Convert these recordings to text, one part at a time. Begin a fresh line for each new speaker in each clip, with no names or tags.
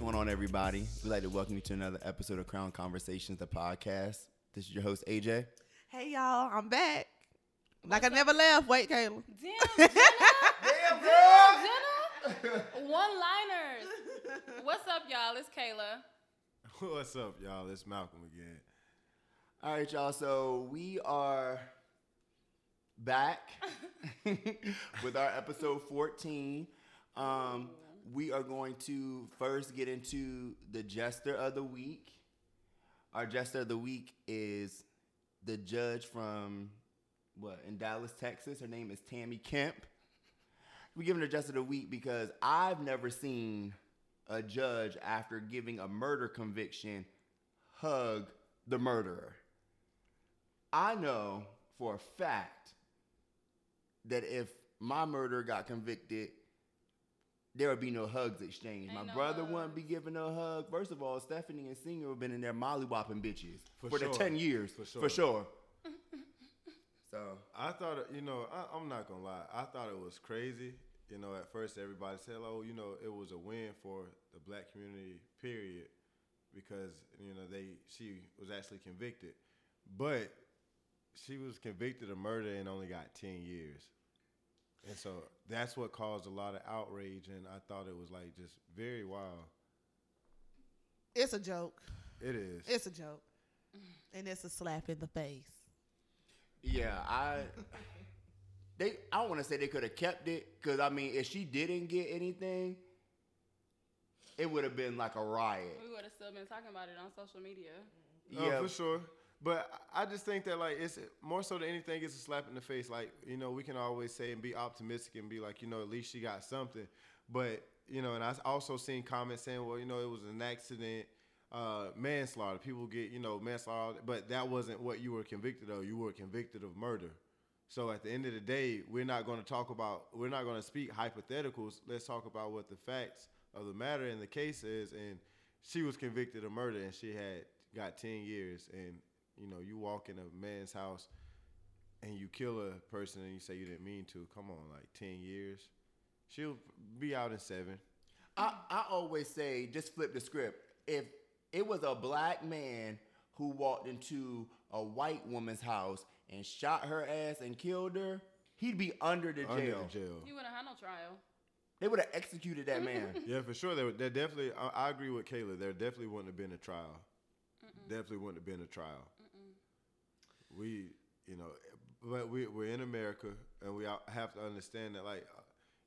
on, everybody? We'd like to welcome you to another episode of Crown Conversations, the podcast. This is your host, AJ.
Hey y'all, I'm back. Like I never left. Wait, Kayla.
Damn, Jenna.
Damn,
Jenna. One liners. What's up, y'all? It's Kayla.
What's up, y'all? It's Malcolm again.
All right, y'all. So we are back with our episode 14. Um, we are going to first get into the jester of the week. Our jester of the week is the judge from what in Dallas, Texas. Her name is Tammy Kemp. We giving her jester of the week because I've never seen a judge after giving a murder conviction hug the murderer. I know for a fact that if my murderer got convicted, there would be no hugs exchanged.
Ain't
my
no
brother
hugs.
wouldn't be giving no hug. First of all, Stephanie and Singer have been in there mollywopping bitches for,
For
the
sure.
10 years. For sure.
For sure.
so,
I thought, you know, I, I'm not gonna lie. I thought it was crazy. You know, at first everybody said, "Oh, you know, it was a win for the black community." Period, because you know they she was actually convicted, but she was convicted of murder and only got 10 years. And so that's what caused a lot of outrage, and I thought it was like just very wild.
It's a joke.
It is.
It's a joke, and it's a slap in the face.
yeah, I. They, I want to say they could have kept it because I mean, if she didn't get anything, it would have been like a riot.
We would have still been talking about it on social media.
Oh, for sure. But I I just think that like it's more so than anything, it's a slap in the face. Like you know, we can always say and be optimistic and be like, you know, at least she got something. But you know, and I also seen comments saying, well, you know, it was an accident, uh, manslaughter. People get you know manslaughter, but that wasn't what you were convicted of. You were convicted of murder. So at the end of the day, we're not going to talk about, we're not going to speak hypotheticals. Let's talk about what the facts of the matter in the case is. And she was convicted of murder, and she had got ten years. And you know, you walk in a man's house and you kill a person, and you say you didn't mean to. Come on, like ten years. She'll be out in seven.
I, I always say just flip the script. If it was a black man who walked into a white woman's house and shot her ass and killed her, he'd be under the jail.
Under the jail.
You wouldn't have no trial.
They would have executed that man.
Yeah, for sure. They were, they're definitely. I, I agree with Kayla. There definitely wouldn't have been a trial. Definitely wouldn't have been a trial. We, you know, but we we're in America, and we all have to understand that, like, uh,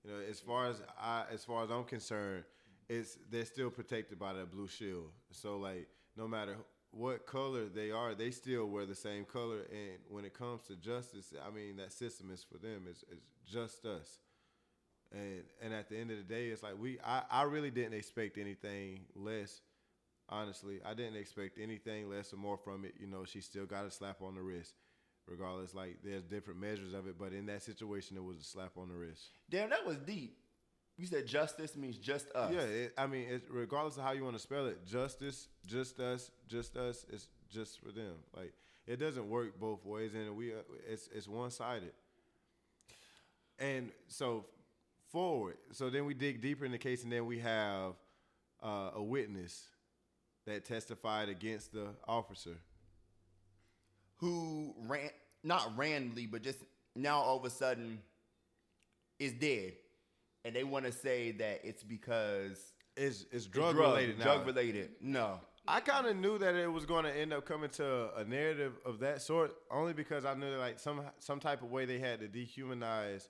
you know, as far as I, as far as I'm concerned, it's they're still protected by that blue shield. So like, no matter what color they are, they still wear the same color. And when it comes to justice, I mean, that system is for them. It's, it's just us. And and at the end of the day, it's like we I, I really didn't expect anything less. Honestly, I didn't expect anything less or more from it. You know, she still got a slap on the wrist. Regardless, like there's different measures of it, but in that situation, it was a slap on the wrist.
Damn, that was deep. You said justice means just us.
Yeah, it, I mean, it, regardless of how you want to spell it, justice, just us, just us, it's just for them. Like it doesn't work both ways, and we uh, it's it's one sided. And so forward, so then we dig deeper in the case, and then we have uh, a witness that testified against the officer.
Who ran, not randomly, but just now all of a sudden is dead. And they want to say that it's because
It's it's drug, related now.
Drug related. No.
I kind of knew that it was going to end up coming to a narrative of that sort, only because I knew that like some some type of way they had to dehumanize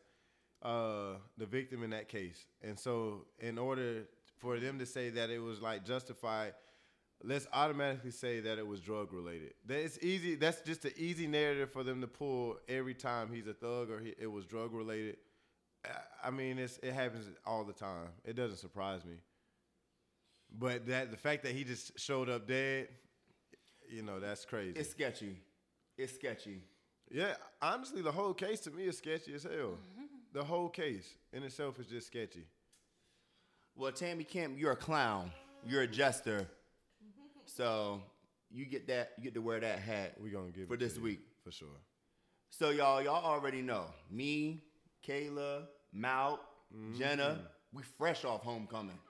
uh, the victim in that case, and so in order for them to say that it was like justified, let's automatically say that it was drug related. That it's easy. That's just an easy narrative for them to pull every time he's a thug or he, it was drug related. I- I mean, it's it happens all the time. It doesn't surprise me. But that the fact that he just showed up dead, you know, that's crazy.
It's sketchy. It's sketchy.
yeah, honestly, the whole case to me is sketchy as hell. The whole case in itself is just sketchy.
Well, Tammy Kemp, you're a clown. You're a jester. So you get that. You get to wear that hat.
We gonna give
for
it to
this
you,
week.
for sure.
So y'all, y'all already know me, Kayla, Mal, Jenna. We fresh off homecoming.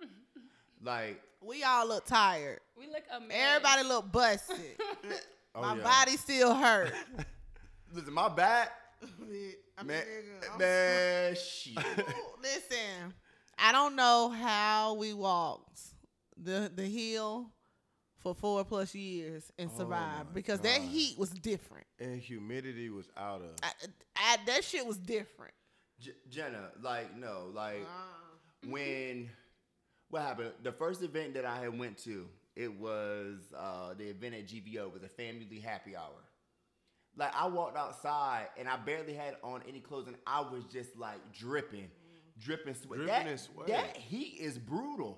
Like
We all look tired.
We look amazing.
Everybody look busted.
Oh,
My
yeah.
body still hurt.
listen, my back,
I mean,
man,
nigga, I'm-
man, shit.
Ooh, Listen, I don't know how we walked the the hill for four plus years and
Oh,
survived
my
because that
God.
heat was different.
and humidity was out of.
I, I, that shit was different.
J- Jenna, like no, like
Uh-uh.
Mm-hmm. when what happened? The first event that I had went to, it was uh, the event at GVO was a family happy hour. Like I walked outside and I barely had on any clothes and I was just like dripping, dripping sweat.
Mm. Dripping
that,
in sweat.
that heat is brutal.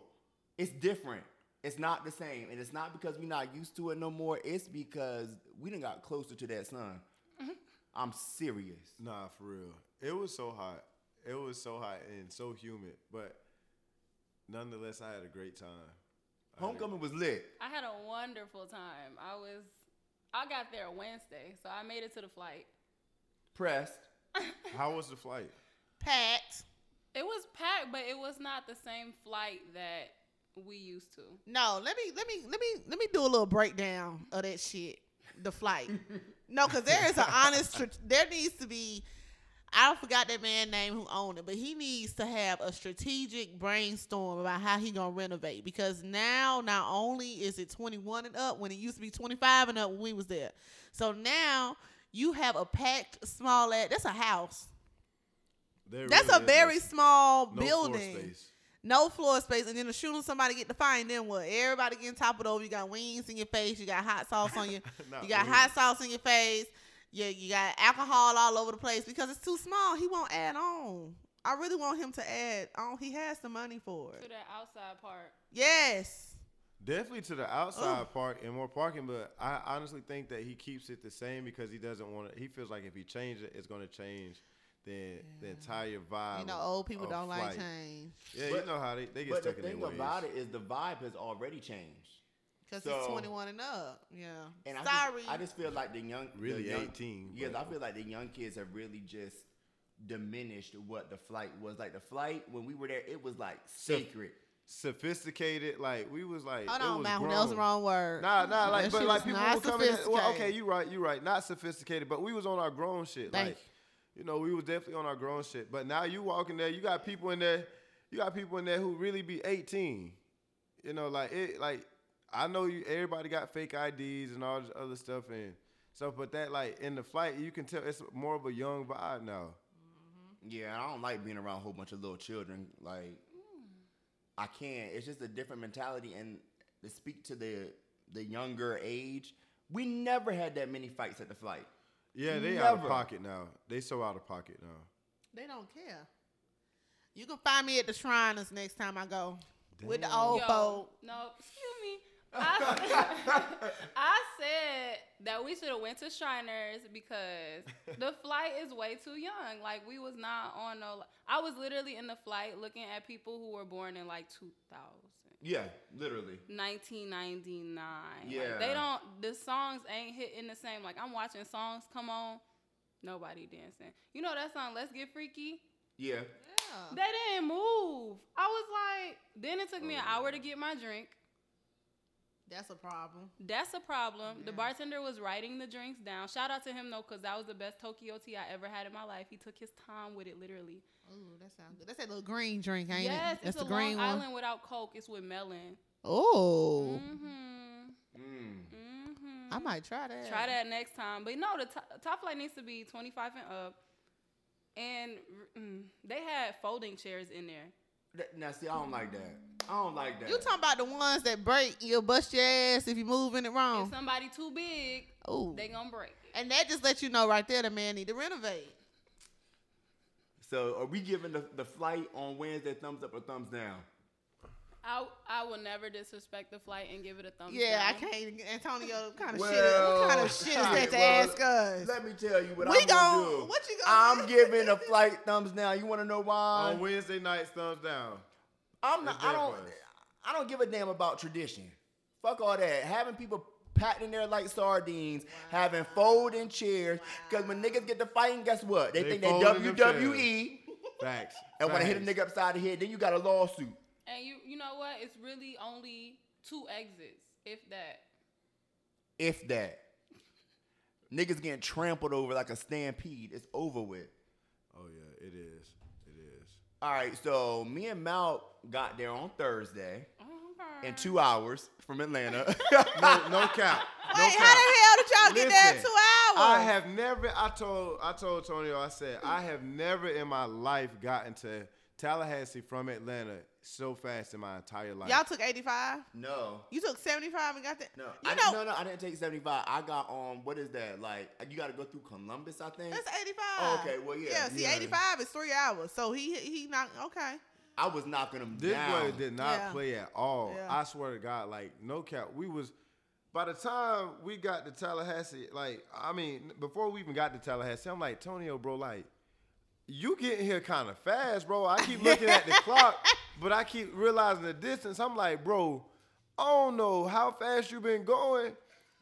It's different. It's not the same, and it's not because we're not used to it no more. It's because we done got closer to that sun.
Mm-hmm.
I'm serious.
Nah, for real. It was so hot. It was so hot and so humid, but nonetheless, I had a great time. I had a-
Homecoming was lit.
I had a wonderful time. I was, I got there Wednesday, so I made it to the flight.
Pressed.
How was the flight?
Packed.
It was packed, but it was not the same flight that we used to.
No, let me let me let me let me do a little breakdown of that shit. The flight. no, because there is an honest. Tr- there needs to be. I forgot that man name who owned it, but he needs to have a strategic brainstorm about how he gonna renovate because now not only is it 21 and up when it used to be 25 and up when we was there, so now you have a packed small at that's a house.
There
That's
really
a
is
very small
no floor
building
space.
no floor space, and then as soon as somebody get to find them, what everybody getting toppled over. You got wings in your face, you got hot sauce on you,
Not
you got
wings.
hot sauce in your face, you you got alcohol all over the place because it's too small. He won't add on. I really want him to add on. He has the money for
To
it.
that outside part.
Yes.
Definitely to the outside
Ooh.
park and more parking, but I honestly think that he keeps it the same because he doesn't want to. He feels like if he changes it, it's going to change the the entire vibe.
You know,
of-
old people
of
don't like
flight.
change
Yeah,
But-
you know how they, they get
But the
stuck in their
thing
ways.
about it is the vibe has already changed.
because
So-
it's 21 and up. Yeah.
And
Sorry.
I just, I just feel like the young the
Really
young-
18,
Yes,
but-
I feel like the young kids have really just diminished what the flight was. Like the flight when we were there, it was like sacred.
Sophisticated, like we was like.
Hold
it
on,
was
man.
grown.
That was the wrong word.
Nah, nah,
That
like, but
shit
like
was
people
not
were coming. at- well, okay,
sophisticated.
you right, you right. Not sophisticated, but we was on our grown shit.
Thank
like,
you.
you know, we was definitely on our grown shit. But now you walk in there, you got people in there, you got people in there who really be eighteen. You know, like it, like I know you. Everybody got fake IDs and all this other stuff and stuff, but that like in the flight, you can tell it's more of a young vibe now.
Yeah, I don't like being around a whole bunch of little children. Like
Mm.
I can't. It's just a different mentality. And to speak to the the younger age, we never had that many fights at the flight.
Yeah, they out of
Never.
pocket now. They so out of pocket now.
They don't care. You can find me at the Shriners next time I go with the old
Yo,
folk.
No, excuse me. I, I said that we should have went to Shriners because the flight is way too young. Like we was not on no. I was literally in the flight looking at people who were born in like 2000,
Yeah, literally.
1999. Like,
Yeah.
they don't. The songs ain't hitting the same. Like I'm watching songs come on, nobody dancing. You know that song? Let's get freaky.
Yeah.
Yeah.
They didn't move. I was like, then it took me an
Oh,
hour
yeah.
to get my drink.
That's a problem.
That's a problem. The
Yeah.
bartender was writing the drinks down. Shout out to him though, because that was the best Tokyo tea I ever had in my life. He took his time with it, literally.
Ooh, that sounds good. That's that little green drink, ain't
yes,
it? That's
it's a
the green
Long
one.
Island without Coke. It's with melon.
Oh,
Mm.
Mm-hmm. Mm-hmm.
I might try that.
try that next time. But no, the to- top flight needs to be 25 and up. And r- mm, they had folding chairs in there.
That- Now see, I don't like that. I don't like that.
You talking about the ones that break? You'll bust your ass if you moving it
If
wrong.
somebody too big,
Ooh,
they gonna break. it.
and that just lets you know right there the man need to renovate.
So are we giving the, the flight on Wednesday thumbs up or thumbs down?
I I will never disrespect the flight and give it a thumbs
yeah, I
down.
can't. Antonio, what kind of shit?
Well,
What kind of shit is that to
well,
ask us?
Let me tell you what
We
I'm gonna
gon-
do.
what you gonna
I'm
do?
giving the flight thumbs down. You wanna know why?
On Wednesday nights, thumbs down.
I'm not
it's
I
their
don't
place.
I don't give a damn about tradition. Fuck all that. Having people packed in there like sardines, having folding chairs. Cause when niggas get to fighting, guess what? They,
They
think they
fold in them
WWE
Facts.
and wanna hit a
Facts.
nigga upside the head, then you got a lawsuit.
And you you know what? It's really only two exits, if that.
If that. Niggas getting trampled over like a stampede. It's over with.
Oh yeah, it is. It is.
All right, so me and Mal got there on Thursday
Okay.
in two hours from Atlanta.
No, no cap. No
Wait,
cap.
how the hell did y'all get there in
Listen,
two hours?
I have never. I told. I told Tonyo. I said I have never in my life gotten to Tallahassee from Atlanta so fast in my entire life.
y'all took 85.
no.
You took 75 and got that.
No,
you
I,
know
no, no, I didn't take 75. I got on, what is that? Like, you got to go through Columbus, I think.
that's 85.
Oh, okay, well, yeah,
Yeah, see,
yeah.
85 is three hours, so he he not okay.
I was knocking them
This
down.
boy did not
Yeah.
play at all.
Yeah.
I swear to God, like no cap. We was by the time we got to Tallahassee, like I mean, before we even got to Tallahassee, I'm like Tonyo, bro, like you getting here kind of fast, bro. I keep looking at the clock, but I keep realizing the distance. I'm like, bro, I don't know how fast you been going,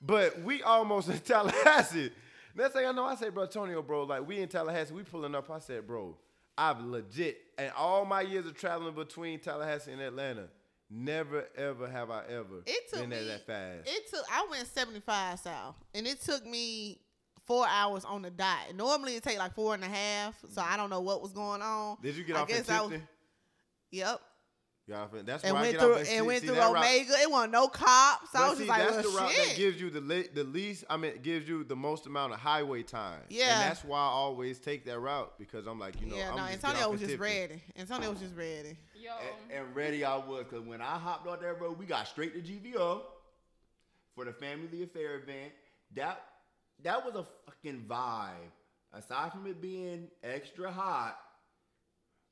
but we almost in Tallahassee. Next thing I know, I say, bro, Tonyo, bro, like we in Tallahassee, we pulling up. I said, bro, I've legit, and all my years of traveling between Tallahassee and Atlanta, never ever have I ever
It took
been there
me-
that fast.
It took I went 75 south, and it took me four hours on the dot. Normally it take like four and a half, so I don't know what was going on.
Did you get
I
off in
guess I was-
Tipton?
Yep,
You got off in- that's
and
where I
went
get
through
off at
and went
see,
through
that route-
Omega. It wasn't no cops. I
But
was
see,
just like,
that's the
well,
route that
shit.
gives you the le- the least. I mean, it gives you the most amount of highway time.
Yeah.
and that's why I always take that route because I'm like, you know,
yeah,
I'm
no,
just get
Antonio
off
was
in
just
Tipton.
ready. Antonio was just ready.
Yo.
And, and ready I was, because when I hopped on that road, we got straight to GVO for the family affair event. That that was a fucking vibe. Aside from it being extra hot,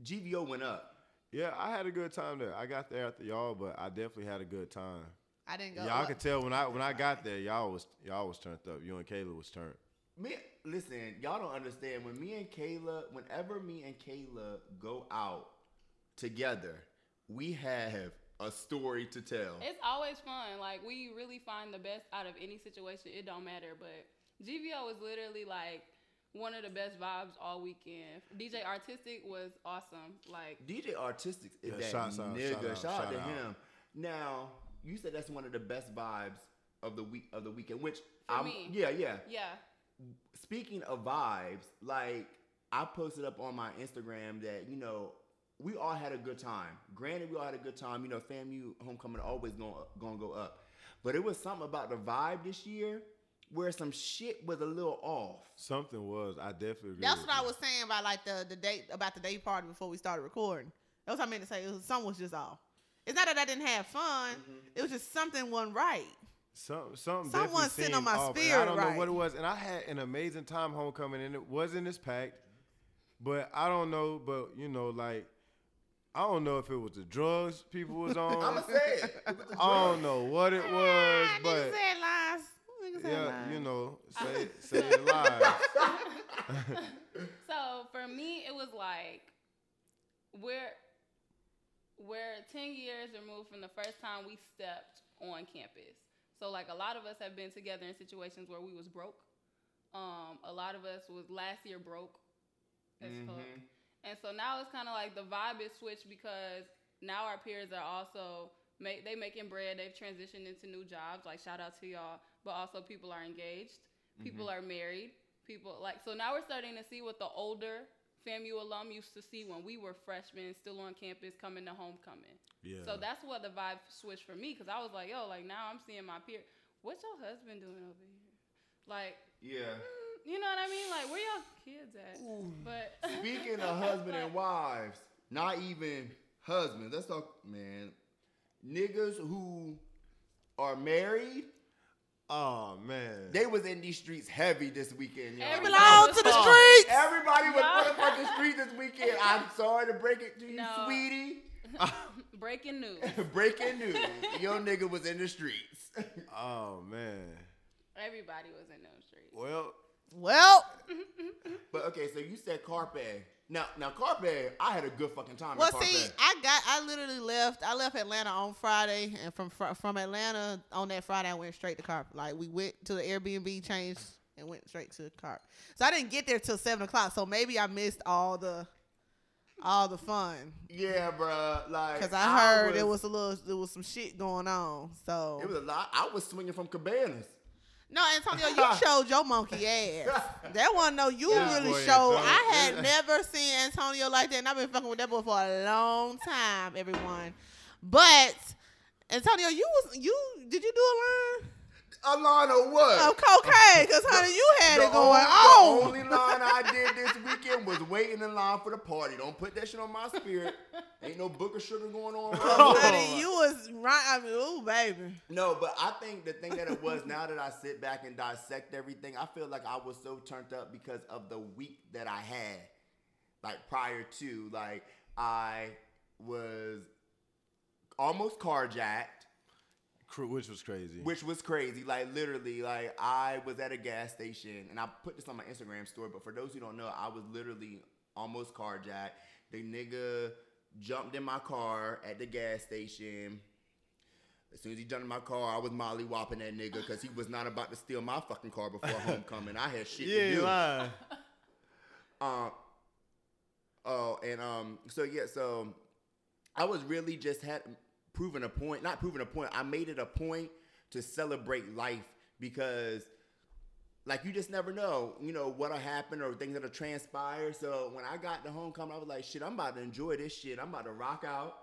GVO went up.
Yeah, I had a good time there. I got there after y'all, but I definitely had a good time.
I didn't go.
y'all could tell when I when I got there, y'all was y'all was turned up. You and Kayla was turned.
Me, listen, y'all don't understand. When me and Kayla, whenever me and Kayla go out together, we have a story to tell.
It's always fun. Like we really find the best out of any situation. It don't matter. But GVO was literally like one of the best vibes all weekend. DJ Artistic was awesome. Like
DJ Artistic is
Yeah,
that
shouts out,
nigga.
shout
to
out, shout out.
him. Now you said that's one of the best vibes of the week of the weekend. Which
For
I'm
me.
yeah yeah.
yeah,
Speaking of vibes, like I posted up on my Instagram that you know we all had a good time. Granted, we all had a good time. You know, FAMU homecoming always gonna gonna go up, but it was something about the vibe this year where some shit was a little off.
Something was. I definitely. Agree
That's
with
what I
you.
was saying about like the the date about the day party before we started recording. That's what I meant to say. It was, something was just off. It's not that I didn't have fun.
Mm-hmm.
It was just something wasn't right.
Some, something
Someone
definitely
sent on
seemed
my
off, and I
spirit
don't know
right.
what it was, and I had an amazing time homecoming, and it wasn't as packed. But I don't know. But you know, like I don't know if it was the drugs people was
I'ma
on.
say it. It was a
I
drug.
don't know what it was,
Ah,
but
niggas had lies. Niggas had
yeah,
lies.
you know, say say it live.
So for me, it was like we're we're ten years removed from the first time we stepped on campus. So like a lot of us have been together in situations where we was broke. Um, a lot of us was last year broke as fuck.
Mhm.
And so now it's kind of like the vibe is switched because now our peers are also make they making bread. They've transitioned into new jobs. Like shout out to y'all, but also people are engaged, people
Mm-hmm.
are married, people like so now we're starting to see what the older FAMU alum used to see when we were freshmen, still on campus, coming to homecoming.
Yeah.
So that's what the vibe switched for me because I was like, yo, like now I'm seeing my peer. What's your husband doing over here? Like,
Yeah.
mm, you know what I mean? Like, where y'all kids at? But
Speaking of husband and
But-
wives, not even husbands. Let's talk, man. Niggas who are married,
oh man.
they was in these streets heavy this weekend. y'all.
Every-
Belong to the streets.
Everybody was
Y'all-
motherfucking street this weekend. I'm sorry to break it to you,
No.
sweetie.
Breaking news.
Breaking news. Your nigga was in the streets.
oh man.
Everybody was in those streets.
Well,
Well,
but okay, so you said Carpe. Now, now Carpe, I had a good fucking time at
well.
Carpe.
See, I got. I literally left. I left Atlanta on Friday, and from fr- from Atlanta on that Friday, I went straight to Carp. Like we went to the Airbnb, changed, and went straight to Carp. So I didn't get there till seven o'clock. So maybe I missed all the all the fun
Yeah, bruh. Like,
because I heard it was a little, there was some shit going on. So
It was a lot. I was swinging from Cabanas.
no, Antonio, you showed your monkey ass. That one, no, you
Yeah,
really
boy,
showed.
Antonio.
I had
Yeah.
never seen Antonio like that, and I've been fucking with that boy for a long time, everyone. But Antonio, you was you did you do a line
Alana, what?
of cocaine? Because honey, you had
The
it
only-
Oh, going Oh!
The only
on.
line I did this weekend was waiting in line for the party. Don't put that shit on my spirit. Ain't no book of sugar going on. around
Oh.
here.
Honey, you was right. I mean, ooh, baby.
No, but I think the thing that it was now that I sit back and dissect everything, I feel like I was so turned up because of the week that I had. Like prior to, like I was almost carjacked.
Cr- which was crazy.
Which was crazy. Like literally, like I was at a gas station, and I put this on my Instagram story. But for those who don't know, I was literally almost carjacked. The nigga jumped in my car at the gas station. As soon as he jumped in my car, I was molly whopping that nigga because he was not about to steal my fucking car before homecoming. I had shit
yeah,
to
you
do.
lying.
Um. Oh, and um. So yeah, so I was really just had proven a point. Not proven a point. I made it a point to celebrate life because, like, you just never know, you know, what'll happen or things that'll transpire. So when I got to homecoming, I was like, shit, I'm about to enjoy this shit. I'm about to rock out.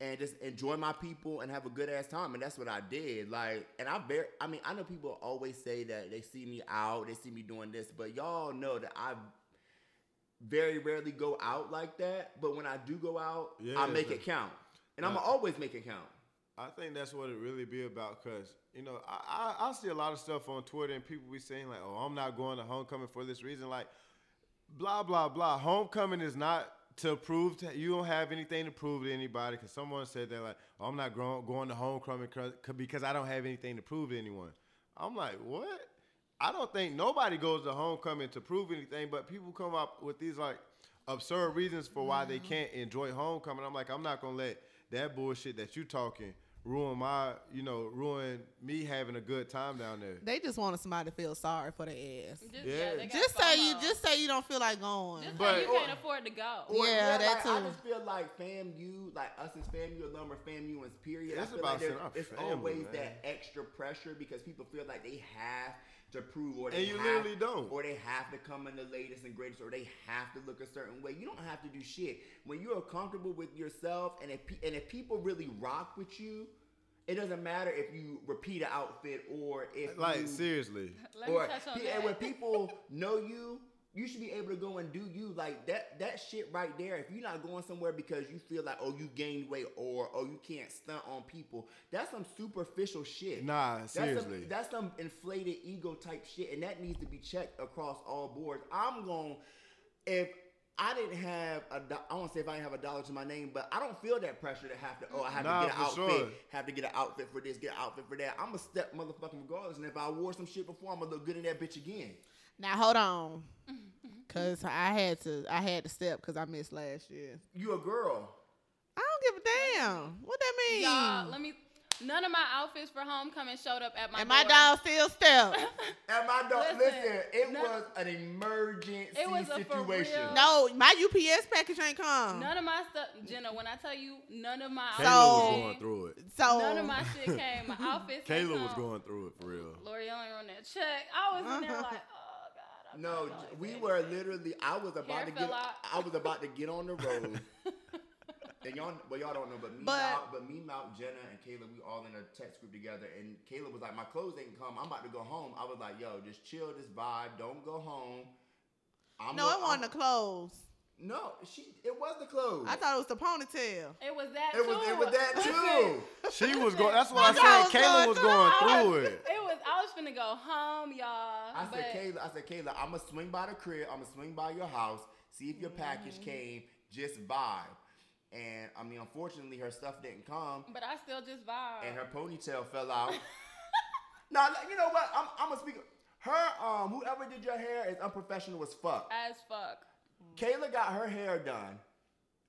And just enjoy my people and have a good ass time, and that's what I did. Like, and I very, I mean, I know people always say that they see me out, they see me doing this, but y'all know that I very rarely go out like that. But when I do go out,
Yeah,
I make
but-
it count. And I'm
Nah.
gonna always make it count.
I think that's what it really be about, cause you know I, I I see a lot of stuff on Twitter and people be saying like, oh, I'm not going to homecoming for this reason, like, blah blah blah. Homecoming is not to prove to, you don't have anything to prove to anybody, cause someone said that like, oh, I'm not grown, going to homecoming 'cause- because I don't have anything to prove to anyone. I'm like, what? I don't think nobody goes to homecoming to prove anything, but people come up with these like absurd reasons for why
Mm-hmm.
they can't enjoy homecoming. I'm like, I'm not gonna let that bullshit that you talking ruin my, you know, ruin me having a good time down there.
They just wanted somebody to feel sorry for their ass.
Just,
Yeah.
they got
Just so you,
FOMO.
just so you don't feel like going.
Just
But-
so you can't afford to go.
Or,
Yeah, that
like, I
too.
just feel like FAMU, like us as FAMU alum or FAMU as period.
It's
I feel
about
like there-
saying our
it's
family,
always
man.
that extra pressure because people feel like they have to prove or they
And you
have-
literally don't.
or they have to come in the latest and greatest or they have to look a certain way. You don't have to do shit when you are comfortable with yourself and if pe- and if people really rock with you, it doesn't matter if you repeat an outfit or if
Like
you,
seriously.
Let
or
me touch on
pe-
that.
and when people know you, you should be able to go and do you like that. That shit right there. If you're not going somewhere because you feel like oh you gained weight or oh you can't stunt on people, that's some superficial shit.
Nah,
That's some-
seriously.
that's some inflated ego type shit, and that needs to be checked across all boards. I'm going if I didn't have a, do- I won't say if I didn't have a dollar to my name, but I don't feel that pressure to have to. Oh, I have
Nah,
to get an
for
outfit,
sure.
have to get an outfit for this, get an outfit for that. I'm a step motherfucking regardless, and if I wore some shit before, I'm gonna look good in that bitch again.
Now hold on,
Mm-hmm.
cause I had to I had to step because I missed last year.
You a girl?
I don't give a damn. What that mean?
Y'all, let me. None of my outfits for homecoming showed up at my.
and my
door.
dog still step.
And my dog, listen,
Listen,
it
no-
was an emergency
It was a for
situation.
real-
no, my UPS package ain't come.
None of my stuff, Jenna. When I tell you, none of my
Kayla was going
outfits.
through it.
so
None of my shit came. My outfits. ain't
Kayla was
come.
going through it for real.
Lori only on that check. I was in there like, oh god. I'm
No,
not going
we
to
were
anything.
literally. I was about
Hair
to
fell
get.
out.
I was about to get on the road. and y'all, well, y'all don't know, but me,
But-
Mount, but me, Mount, Jenna, and Caleb, we all in a text group together. And Caleb was like, "My clothes ain't come. I'm about to go home." I was like, "Yo, just chill, just vibe. Don't go home." I'm
no,
a-
it wasn't
I'm-
the clothes.
No, she. It was the clothes.
I thought it was the ponytail.
It was that.
it was.
too.
It was that
Listen,
too.
She was going. That's why
My
I
dog
said
was
Kayla
going
was
through
going through it.
It was. I was finna go home, y'all.
I
Um, but
said, Kayla, I said, Kayla, I'm gonna swing by the crib. I'm gonna swing by your house, see if your package
Mm-hmm.
came. Just vibe. And I mean, unfortunately, her stuff didn't come,
but I still just vibe.
and her ponytail fell out. now you know what? I'm, I'm gonna speak. Her, um, whoever did your hair is unprofessional as fuck.
as fuck.
Kayla got her hair done.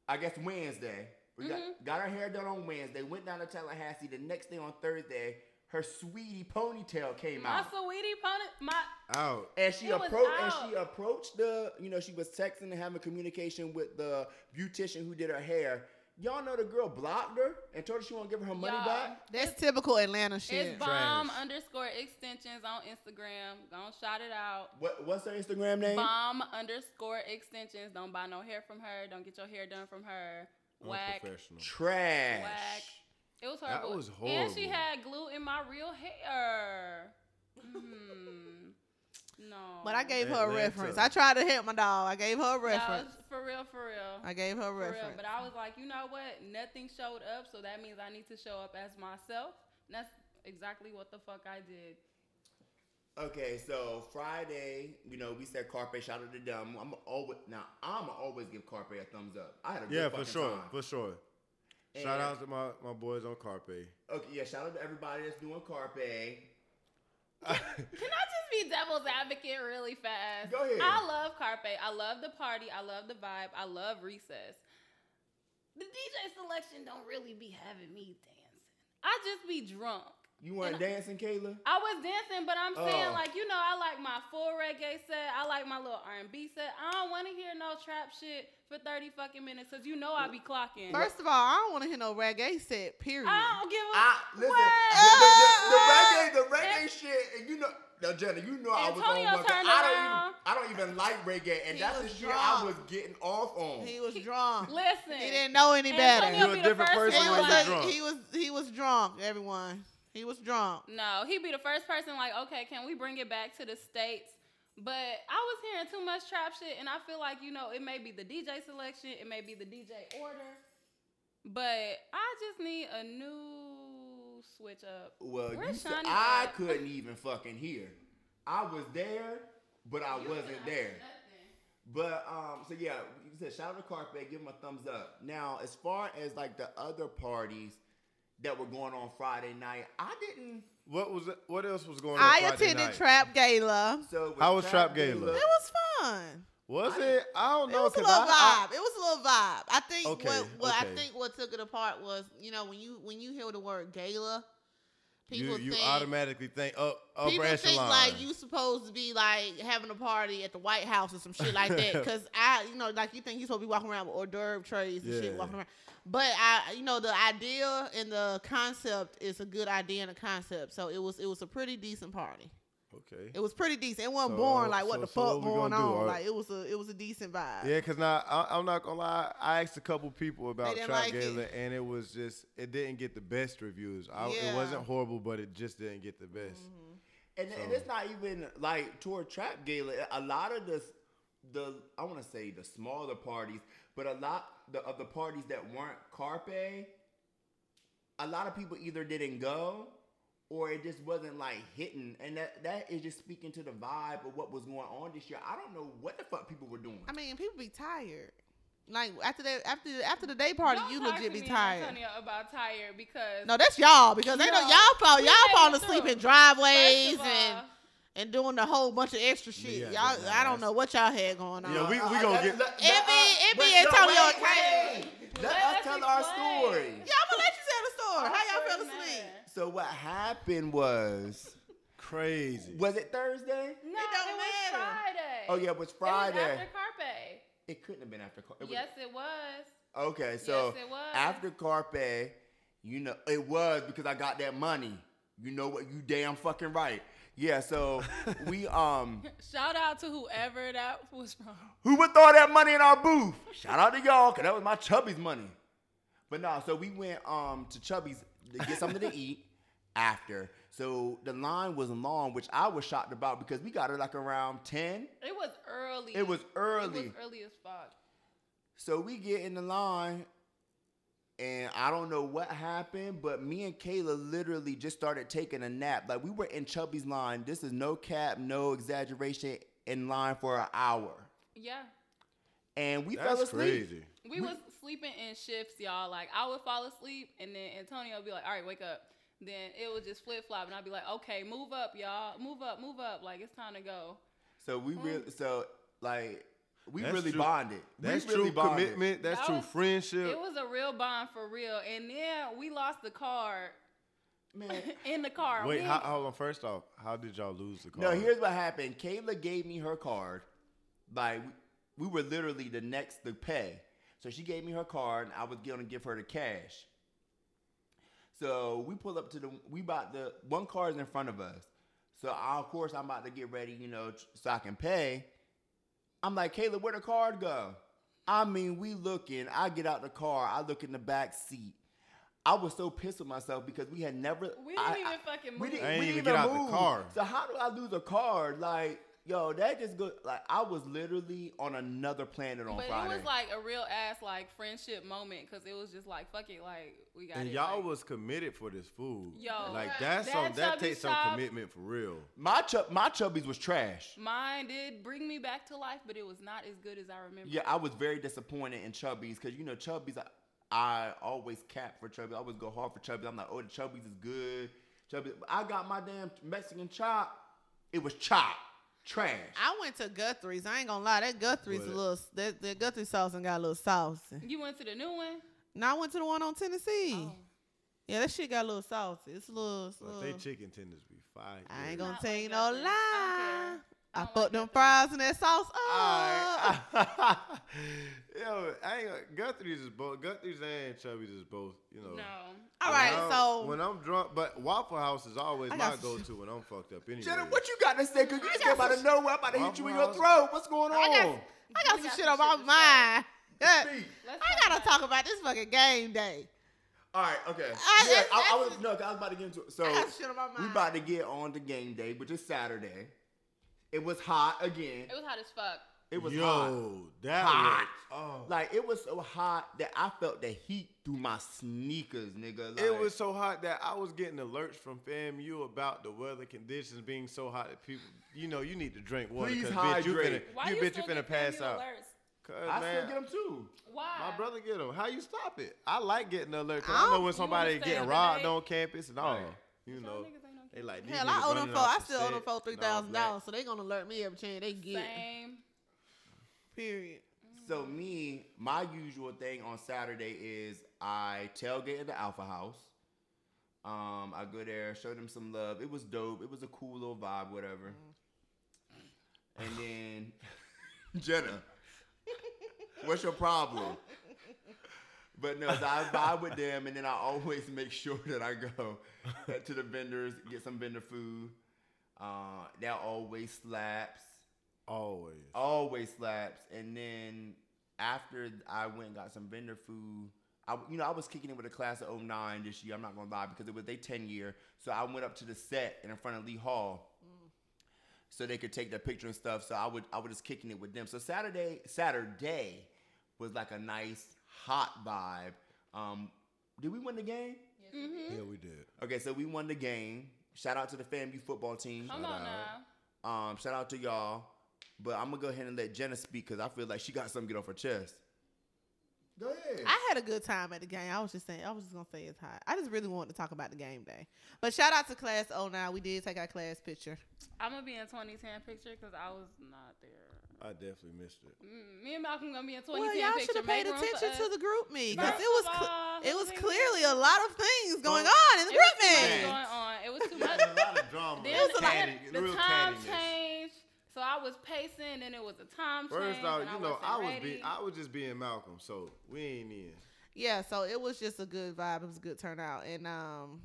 I guess
Mm-hmm.
Wednesday. We got, got her hair done on Wednesday. Went down to Tallahassee. The next day on Thursday, her sweetie ponytail came
My
out.
sweetie pony, my
Out.
And she
It was
approached and
out.
she approached the, you know, she was texting and having communication with the beautician who did her hair. Y'all know the girl blocked her and told her she won't give her her money
Y'all.
back.
That's typical Atlanta shit.
it's bomb
Trash.
underscore extensions on Instagram. Gonna shout it out.
What what's her Instagram name?
Bomb underscore extensions. Don't buy no hair from her. Don't get your hair done from her. Whack.
Unprofessional.
Trash.
Whack. It was
That
horrible.
was
And she
horrible.
had glue in my real hair. Hmm. No.
But I gave her a
Atlanta.
reference. I tried to help my dog. I gave her a reference.
No, for real, for real.
I gave her a
for
reference.
real. But I was like, you know what? Nothing showed up, so that means I need to show up as myself. And that's exactly what the fuck I did.
Okay, so Friday, you know, we said Carpe, shout out to them. I'm always now I'ma always give Carpe a thumbs up. I had a good
Yeah, for
fucking
sure.
time.
For sure.
And-
Shout out to my, my boys on Carpe.
Okay, yeah, shout out to everybody that's doing Carpe.
Can I just be devil's advocate really fast?
Go ahead.
I love Carpe. I love the party. I love the vibe. I love recess. The DJ selection don't really be having me dancing. I just be drunk.
You weren't dancing, Kayla?
I was dancing, but I'm saying
Oh.
like you know I like my full reggae set. I like my little R&B set. I don't want to hear no trap shit for 30 fucking minutes cuz you know I be clocking.
First of all, I don't want to hear no reggae set. Period.
I don't give a
I listen.
What?
The, the, the, the reggae, the reggae shit, and you know, now Jenna, you know I was on
Antonio
one. 'cause
turned
I
around.
don't even, I don't even like reggae, and
He
that's the
was
shit I
drunk.
was getting off on.
He was drunk.
Listen.
He didn't know any better.
You
Antonio
a
be the
different
first
person
He
one
when
like,
was,
you drunk.
a, he was he was drunk. Everyone. He was drunk.
No, he'd be the first person like, okay, can we bring it back to the States? But I was hearing too much trap shit, and I feel like, you know, it may be the DJ selection, it may be the DJ order, but I just need a new switch up.
well, you
Where's
said,
Shawnee
I
at?
couldn't even fucking hear. I was there, but I
You
wasn't
couldn't
there.
nothing.
But um, so yeah, you said shout out to Carpe, give him a thumbs up. Now, as far as like the other parties that were going on Friday night, I didn't.
What was what else was going on?
I
Friday
attended
night?
Trap Gala.
So with
How was Trap
It
Gala?
was fun.
Was
I didn't-
it? I don't
It
know.
was a
'cause
little vibe.
I,
it was a little vibe. I think
Okay,
what, what I
okay.
think what took it apart was you know when you when you hear the word gala,
I,
people
you you
think
automatically think up upper
people
echelon.
think like you supposed to be like having a party at the White House or some shit like that. Because I, you know, like you think you supposed to be walking around with hors d'oeuvre trays and shit
Yeah.
walking around. But I, you know, the idea and the concept is a good idea and a concept. So it was it was a pretty decent party.
okay.
It was pretty decent. It wasn't
So, uh,
boring like what
so-
the
so
fuck
what we
going
gonna do?
on.
Are-
Like it was a it was a decent vibe.
Yeah, cause now I, I'm not gonna lie. I asked a couple people about
didn't
Trap
like it.
Gala, and it was just it didn't get the best reviews. I,
Yeah.
It wasn't horrible, but it just didn't get the best.
Mm-hmm.
Mm-hmm.
And, and it's not even like toward trap gala. A lot of the the I want to say the smaller parties, but a lot the, of the parties that weren't carpe, a lot of people either didn't go or it just wasn't like hitting. And that that is just speaking to the vibe of what was going on this year. I don't know what the fuck people were doing.
I mean, people be tired. Like after that, after after the day party,
Don't
you
talk
legit
to
be
me,
tired.
Antonio, about tired because
No, that's y'all because they know
No.
y'all fall
We
y'all
made
fall
it
asleep
through.
in
first
driveways
of
and
all,
and doing a whole bunch of extra shit.
Yeah,
y'all,
yeah,
I don't
that's-
know what y'all had going on.
Yeah, we-
Uh,
we
uh,
gonna
let-
get-
let-
It
let
be-
us-
it be
wait, no,
Antonio
wait,
Kane.
wait. Let
Let
us
us
tell our
explain.
story.
yeah, I'm gonna let you tell the story. How y'all fell
Doesn't
asleep?
matter.
So what happened was
Crazy.
was it Thursday?
No, it,
don't
was
matter.
Friday.
Oh yeah, it was
It was
Friday.
after Carpe.
It couldn't have been after Carpe. It was-
yes, it was.
Okay, so
Yes, it was.
after Carpe, you know, it was because I got that money. You know what? You damn fucking right. Yeah, so we, um,
Shout out to whoever that was from.
who would throw that money in our booth? Shout out to y'all, because that was my Chubby's money. But no, so we went um to Chubby's to get something to eat after. So the line was long, which I was shocked about because we got it like around 10.
It was early.
It was early.
It was early as fuck.
So we get in the line, and I don't know what happened, but me and Kayla literally just started taking a nap. Like we were in Chubby's line. This is no cap, no exaggeration. In line for an hour,
Yeah.
and we fell
That's
asleep.
crazy.
We, was sleeping in shifts, y'all. Like I would fall asleep and then Antonio would be like, All right, wake up. Then it would just flip flop and I'd be like, Okay, move up, y'all. Move up, move up. Like it's time to go.
So we really, so like we
That's
really
true.
bonded. We
That's
really
true
bonded.
commitment. That's
That
true
was-
friendship.
It was a real bond for real. And then we lost the card
man.
in the car.
Wait,
We-
how, hold on. First off, how did y'all lose the car?
No, here's what happened. Kayla gave me her card. Like we were literally the next to pay. So she gave me her card and I was gonna give her the cash. So we pull up to the we bought the one car is in front of us. So I, of course I'm about to get ready, you know, tr- so I can pay. I'm like, Kayla, where the card go? I mean, we looking. I get out the car. I look in the back seat. I was so pissed with myself because we had never.
We didn't
I-
even
I-
fucking
we
move.
didn't,
I ain't
we
even
didn't
get out the
move.
car.
So how do I lose a car? Like, yo, that just go. Like, I was literally on another planet on
But
Friday.
it was like a real ass like friendship moment because it was just like fuck it, like we got
And
it.
y'all
like,
was committed for this food.
Yo.
like
Right.
that's
That
some that
chubby
takes some
shop-
commitment for real.
my chub, my chubbies was trash.
mine did bring me back to life, but it was not as good as I remember.
Yeah, I was very disappointed in chubbies because you know chubbies. I, I always cap for chubbies. I always go hard for chubbies. I'm like, oh, the chubbies is good. Chubbies. I got my damn Mexican chop. It was chop, trash.
I went to Guthrie's. I ain't gonna lie, that Guthrie's a
But-
little that, that Guthrie sauce and got a little sauce.
You went to the new one.
Now I went to the one on Tennessee.
Oh.
Yeah, that shit got a little sauce. It's a little. It's a
But
little
they
Mm.
chicken tenders be fire.
I ain't
yeah.
gonna
Not
tell
like
you no
Guthrie.
lie.
I
I,
don't care. I don't
fucked
like
them
Guthrie.
fries and that sauce. up.
I, I, yo, I ain't Guthrie's is both Guthrie's and Chubby's is both. You know.
No.
All
When
right,
I'm-
so
when I'm drunk, but Waffle House is always
I
my
got-
go-to when I'm fucked up. Anyway.
Jenna, what you got to say? Cause you just
I got
came out of
some-
nowhere. I'm about to hit you in your
Waffle
throat. What's going on?
I got, I got
We
some
got
shit
some
on my
shit to
mind.
Speak.
Let's
I
talk
gotta
about-
talk about this fucking game day.
All right, okay.
I-
yeah,
that's-
I, I
that's-
was no, 'cause I was about to get into it. So
Uh, I got shit on my mind.
we about to get on to game day, which is Saturday. It was hot again.
It was hot as fuck.
It was
Yo,
hot.
that
Hot.
was- oh.
Like it was so hot that I felt the heat through my sneakers, nigga.
It
Like,
was so hot that I was getting alerts from FAMU about the weather conditions being so hot that people, you know, you need to drink water.
Please
'cause bitch, you
hydrate.
finna,
Why
you
you
bitch, you
still
finna
get
pass
family
out.
alerts?
'Cause,
I
man,
still get them too.
Why?
my brother get them. How you stop it? I like getting an alert. 'cause
I
I know
don't-
when
You
somebody
understand,
getting
but
robbed
they-
on campus and all.
Right.
You
Some
know,
niggas ain't on
they like these
Hell,
niggas
I owe them
running
for.
off
I
the
still owe them
set.
for three
Nah, black.
thousand dollars, so they gonna alert me every chance they get.
Same.
Period.
So me, my usual thing on Saturday is I tailgate at the Alpha House. Um, I go there, show them some love. It was dope. It was a cool little vibe, whatever. And then Jenna, what's your problem? But no, so I vibe with them, and then I always make sure that I go to the vendors, get some vendor food. Uh, that always slaps
Always.
always slaps. And then after I went and got some vendor food, I you know I was kicking it with a class of 09 this year. I'm not gonna lie because it was their 10 year. So I went up to the set and in front of Lee Hall.
Mm.
So they could take their picture and stuff. So I would I was just kicking it with them. So Saturday Saturday was like a nice hot vibe. Um, did we win the game?
Mm-hmm.
Yeah, we did.
Okay, so we won the game. Shout out to the FAMU football team.
Come
Shout
on
out.
now.
Um, shout out to y'all. But I'm gonna go ahead and let Jenna speak because I feel like she got something to get off her chest. Go ahead.
I had a good time at the game. I was just saying, I was just gonna say it's hot. I just really wanted to talk about the game day. But shout out to class 09. We did take our class picture.
I'm gonna be in 2010 picture because I was not there.
I definitely missed it.
Mm, Me and Malcolm gonna be in 2010
Well, y'all should
picture.
have paid
Make room for
attention
us.
to the group me because it
First
was
of
cl-
all,
it was
who
clearly a lot of things going on in the
It was
group
too much
me.
Thanks.
going on. It was too
There's
much.
a lot of drama.
Then
Real
the-
catty-
the
real
time
cattiness.
changed, so I was pacing, and it was a time change.
First off,
and
you know,
wasn't
I was
ready.
be, I was just being Malcolm, so we ain't in.
Yeah, so it was just a good vibe. It was a good turnout, and um,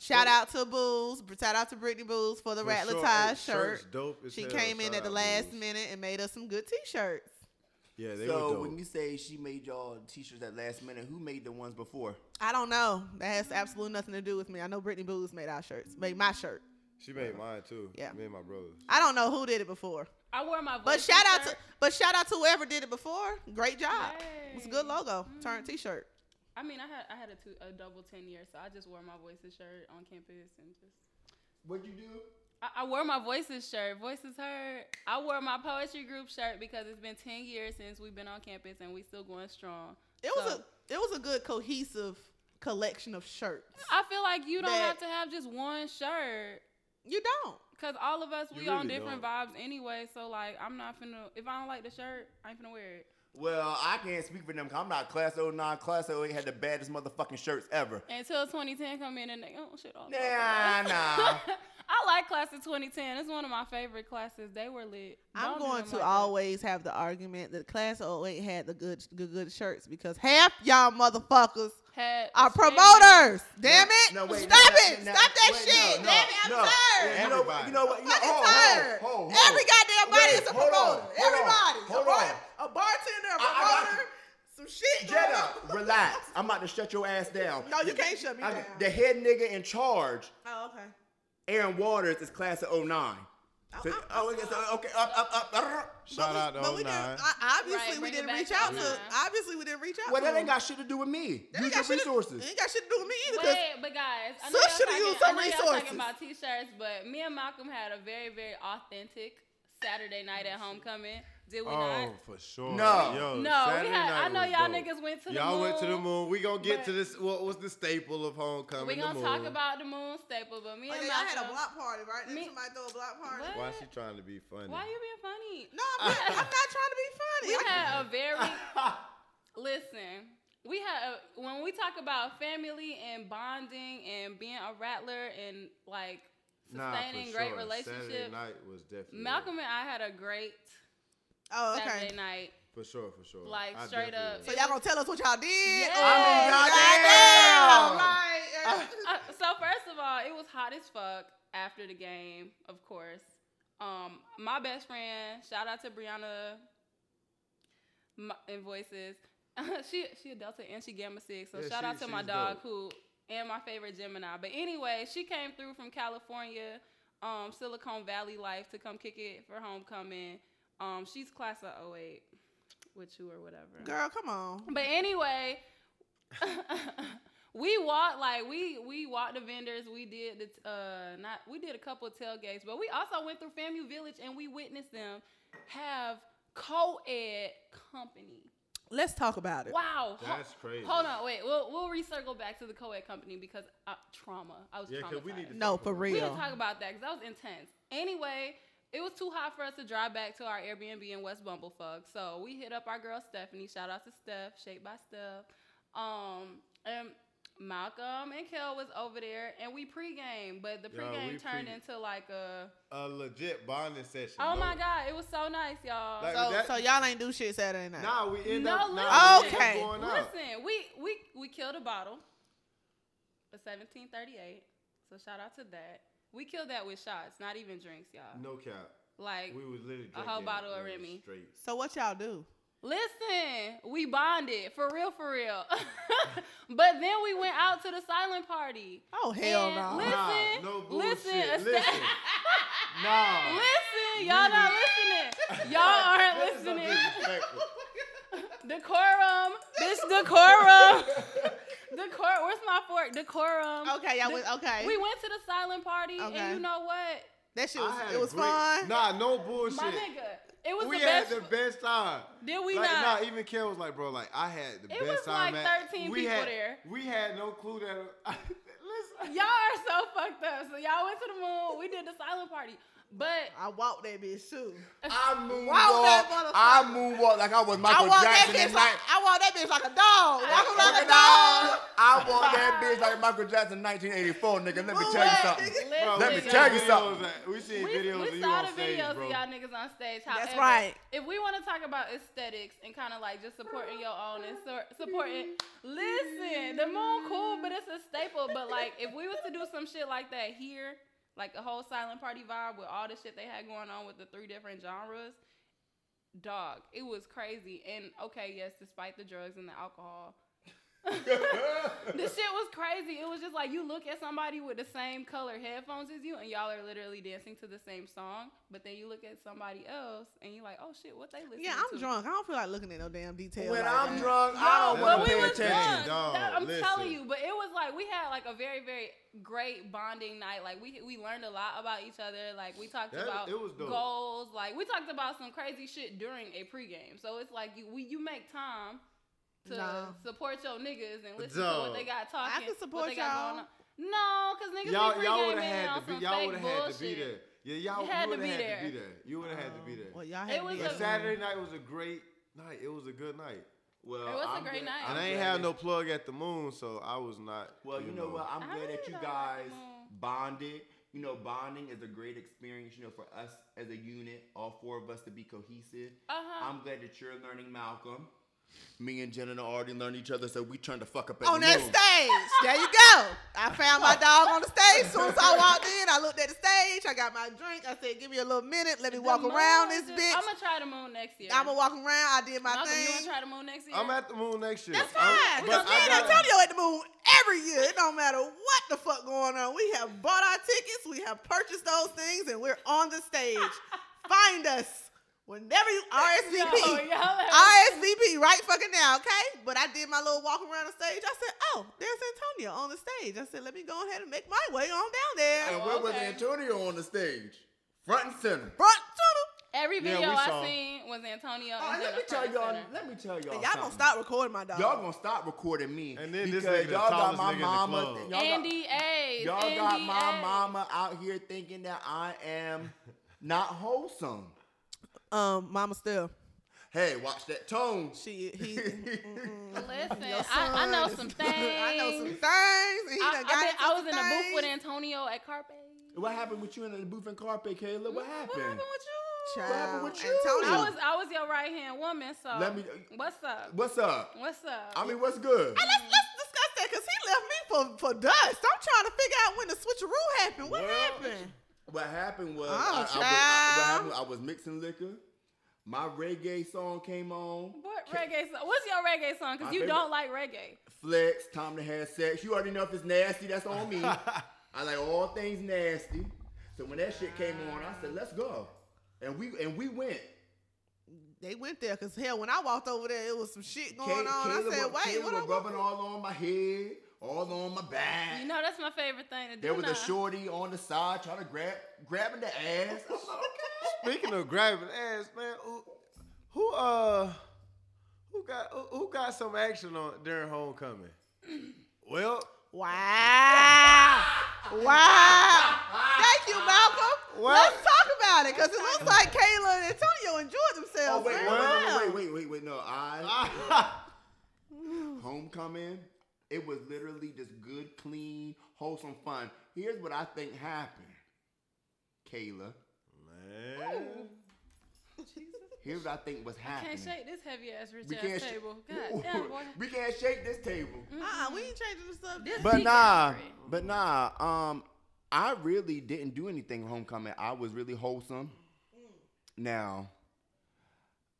shout out to Booz, shout out to Brittany Booze for the
For
Rattler
sure,
Tie
hey,
shirt.
shirt's dope as
She
hell.
came in
Shout
at the
out,
last
Booze.
minute and made us some good T-shirts.
Yeah, they were
so
dope.
when you say she made y'all t-shirts at last minute, who made the ones before?
I don't know. That
Mm-hmm.
has absolutely nothing to do with me. I know Brittany Booze made our shirts, made my shirt.
She made mine too.
Yeah.
Me and my brother.
I don't know who did it before,
I wore my.
but
voice
shout out
t-shirt.
to but shout out to whoever did it before. Great job. It was a good
Yay. Mm-hmm.
logo. Turn T-shirt.
I mean, I had I had a, two, a double ten year, so I just wore my voices shirt on campus and just.
What'd you do?
I, I wore my voices shirt. Voices heard. I wore my poetry group shirt because it's been ten years since we've been on campus, and we still going strong.
It was
So-
a it was a good cohesive collection of shirts.
I feel like you don't
That-
have to have just one shirt.
You don't.
Cause all of us
You
we on
really
different vibes anyway, so like I'm not finna if I don't like the shirt, I ain't finna wear it.
Well, I can't speak for them. 'cause I'm not class 09. Class 08 had the baddest motherfucking shirts ever.
Until 2010 come in and they, oh shit, all
Nah, nah.
I like class of 2010. It's one of my favorite classes. They were lit. Don't
I'm
do
going
them
to
like that.
always have the argument that class 08 had the good, good good shirts because half y'all motherfuckers
Had
are
spaghetti.
promoters. Damn
No,
it!
no, wait,
Stop
no, no,
it!
no,
Stop that
wait,
shit!
no,
Damn it! I'm
no,
tired.
You know what? You know what? You know,
fucking
oh,
tired.
Oh, oh,
Every goddamn body
Wait,
is a
hold on,
promoter.
hold on,
Everybody.
hold
a, bar-
on.
a bartender,
I- I
a
got
promoter, some shit.
Get
going
up,
on.
relax. I'm about to shut your ass down.
No, you can't shut me
I-
down.
the head nigga in charge,
oh, okay.
Aaron Waters, is class of 09. So-
I-
oh, okay, so- okay, up, up, up.
Shout out to
but we
09.
didn't, I- obviously
Right,
we
bring it
didn't
back
reach
to
out to.
09.
Obviously we didn't reach out.
Well,
to
that ain't
them.
got shit to do with me.
That ain't
Use
got
your
shit to-
resources.
Ain't got shit to do with me either. 'cause-
Wait, but guys, I know,
Sus
y'all
shoulda
talking,
used
I
some
know y'all
resources.
talking about t-shirts, but me and Malcolm had a very, very authentic Saturday night at homecoming. Did we not?
Oh, for sure.
No.
Yo,
No, we
Saturday
had-
night
I know
was
y'all
dope.
niggas went to the
Y'all went to the
moon,
moon. We gonna get to
but-
this. What was the staple of homecoming?
We're
the
gonna talk
moon.
about the moon staple, but me
Oh,
and
yeah, y'all had a
Malcolm.
block party, right? Didn't
Me-
somebody throw a block party?
What?
Why she trying to be funny?
Why you being funny?
No, I'm not, I'm not trying to be funny.
We
I-
had a very listen. We had a, when we talk about family and bonding and being a rattler and like
Nah, for
sustaining great
sure. Saturday
relationships.
night was definitely
Malcolm and I had a great
oh, okay.
Saturday night.
For sure, for sure.
Like,
I
straight
definitely
up.
was.
So y'all gonna tell us what y'all did?
Yeah.
Oh,
I mean,
goddamn,
goddamn.
right?
Uh, so first of all, it was hot as fuck after the game, of course. Um, my best friend, shout out to Brianna my, in voices. she she a Delta and she Gamma Six, so
Yeah,
shout
she-
out to my
she's
dog
dope.
who and my favorite Gemini. But anyway, she came through from California, um, Silicon Valley life to come kick it for homecoming. Um, she's class of 08 with you or whatever.
eh. Girl, come on.
But anyway, we walked like we we walked the vendors. We did the t- uh not we did a couple of tailgates, but we also went through FAMU Village and we witnessed them have co-ed company.
Let's talk about it.
Wow, ho-
That's crazy.
Hold on, wait. We'll we'll recircle back to the co-ed company because uh, trauma. I was
Yeah, 'cause
traumatized.
we need to
No,
talk
for
about
We
real.
didn't talk about that because that was intense. Anyway, it was too hot for us to drive back to our Airbnb in West Bumblefuck. So we hit up our girl Stephanie. Shout out to Steph, Shaped by Steph. Um, and Malcolm and Kel was over there, and we pregame, but the
Yeah,
pregame
we
turned
pre-
into like a
A legit bonding session.
oh
no.
my god, it was so nice, y'all.
Like,
So,
that-
so y'all ain't do shit Saturday night.
Nah, we end
No,
up.
listen.
Nah, we end up
Okay.
Going out.
Listen, we we we killed a bottle. A 1738. So shout out to that. We killed that with shots, not even drinks, y'all.
No cap.
Like
We was literally
A whole
drinking
bottle of
Remy
Remy.
Straight.
So what y'all do?
Listen, we bonded for real, for real. but then we went out to the silent party.
Oh hell
And
no.
Listen,
Nah, no
listen,
bullshit.
listen.
Listen.
Ah,
Nah.
Listen, y'all not listening. Y'all aren't
This is so
listening.
disrespectful.
Decorum, bitch, decorum. Decor. Where's my fork? Decorum.
Okay, y'all
The-
went. Okay,
We went to the silent party,
Okay.
and you know what?
that shit
I
was.
had
It
a
was
great-
fun.
Nah, no bullshit.
My nigga, it was
we
the
had
best.
the best time.
Did we
like,
not?
Nah, even Kel was like, bro, like I had the
It
best
was
time.
like
at-
13
we
people
had,
there.
We had no clue that. listen.
y'all are so fucked up. So y'all went to the moon. We did the silent party, but
I walked that bitch too.
I
Wow, that
moonwalk.
motherfucker.
I moonwalk like I was
I
Michael
walked that
Jackson
bitch
that
like
night.
I walked that bitch like a dog. Walking like a
I
dog.
walked that bitch like Michael Jackson 1984, nigga. Let me
Move
tell you
that,
something.
nigga.
listen,
Let me
we seen
tell you
videos
something.
of- We seen
we,
videos
we
of you
saw
on
the
stage,
videos
bro.
of y'all niggas on stage.
That's
However,
right.
If we want to talk about aesthetics and kind of like just supporting your own and sor- supporting, listen, the moon cool, but it's a staple. But like, if we was to do some shit like that here, like a whole silent party vibe with all the shit they had going on with the three different genres, dog, it was crazy. And okay, yes, despite the drugs and the alcohol. This shit was crazy. It was just like you look at somebody with the same color headphones as you, and y'all are literally dancing to the same song. But then you look at somebody else, and you're like, "Oh shit, what they listening
Yeah,
to?"
I'm drunk. I don't feel like looking at no damn detail.
When
like
I'm
that.
drunk, I
No,
don't
but
want to
we
pay
was
attention.
drunk.
Dog,
That- I'm telling
listen.
you, but it was like we had like a very, very great bonding night. Like we we learned a lot about each other. Like we talked
That-
about
it was dope.
goals. Like we talked about some crazy shit during a pregame. So it's like you we, you make time to
Nah.
support your niggas and listen to what
Dog.
they got talking.
can
what
support
they got
y'all.
going on. No, cause niggas
y'all
be
y'all
pregaming
would have
on
had to
some
be y'all
fake
would have had
bullshit.
to be there. Yeah, y'all
You had
you
to
would
be
have had to
there.
be there. You would have had to be
Well,
there.
y'all
It
had to
was
be
a-
there.
But Saturday night was a great night. It was a good night.
Well,
It was a
I'm
great
glad-
night.
I'm
And I ain't
glad
had
that-
no plug at the moon, so I was not.
Well, you, know, what? I'm
I
glad
really
that you
don't like
guys
the moon.
bonded. You know, bonding is a great experience. You know, for us as a unit, all four of us to be cohesive.
Uh-huh.
I'm glad that you're learning Malcolm. Me and Jenna already learned each other, so we turned the fuck up at
on
the
that
moon.
stage. There you go. I found my dog on the stage. As soon as I walked in, I looked at the stage. I got my drink. I said, "Give me a little minute. Let me walk around this bitch.
I'm gonna try the moon next year.
I'm gonna walk around. I did my
Malcolm, you
thing.
wanna try the moon next year?
I'm at the moon next year.
That's
I'm-
fine.
Because
but
me
I
and
got-
Antonio at the moon every year. It don't matter what the fuck going on. We have bought our tickets, we have purchased those things, and we're on the stage. Find us whenever you
Yo,
RSVP.
y'all have-
RSVP right fucking now, okay? But I did my little walk around the stage. I said, "Oh, there's Antonio on the stage." I said, "Let me go ahead and make my way on down there."
And where was
Okay.
Antonio on the stage? Front and center.
Front to
Every
Yeah,
video
we saw.
I seen was Antonio.
All right, Oh,
and
let
Jenna
me tell
front
y'all.
and center.
Let me tell y'all.
the, y'all gonna
something.
stop recording my dog.
Oh, Y'all gonna stop recording me.
And then this
because
nigga the
y'all got
tallest nigga
my
in the
mama.
club.
y'all got-
Andy A's.
Y'all
Andy
got my
A's.
mama out here thinking that I am not wholesome.
um, Mama still.
Hey, watch that tone.
She he. mm, mm-mm.
Listen,
Your
I, I
son
know
is-
some things.
I know some things. and He
I,
done
I
got
been-
into
I
some
was in the booth with
things.
Antonio at Carpe.
What happened with you in the booth and carpet, Kayla? What
What
happened?
happened with you?
Child,
happened with you?
Antonio,
I was I was your right hand woman. So
Let me-
What's up?
What's up?
What's up?
I mean, what's good?
And let's, let's discuss that because he left me for, for dust. I'm trying to figure out when the switcheroo happened. What
Well,
happened?
What happened was,
Oh,
I, I was I- what
child.
happened, I was mixing liquor. My reggae song came on.
what reggae song? What's your reggae song?
My
Because you
favorite-
don't like reggae.
Flex, time to have sex. You already know if it's nasty, that's on me. I like all things nasty. So when that shit came on, I said, let's go. And we and we went.
They went there because hell, when I walked over there, it was some shit going
Kay-
on. I
Kayla
said,
was-
wait,
Kayla
what?
was
I walk-
rubbing all on my head, all on my back.
You know that's my favorite thing to do.
there was
now.
a shorty on the side trying to grab grabbing the ass. I was like, okay.
Speaking of grabbing ass, man, who, who uh, who got who, who got some action on during homecoming? Well,
Wow. Wow. Thank you, Malcolm.
Well-
Let's talk about it because it looks like Kayla and Antonio enjoyed
Oh
themselves.
wait,
very
wait,
well.
wait, wait, wait, wait, wait, no, I
Ah.
homecoming. It was literally just good, clean, wholesome fun. Here's what I think happened, Kayla.
man,
Here's what I think was happening.
Can't shake this heavy ass rich
we
ass
can't sh-
table. God damn boy.
we can't shake this table.
Uh-uh, we ain't changing the subject.
This
But
big
nah,
ass rich.
but nah. Um, I really didn't do anything homecoming. I was really wholesome. Now,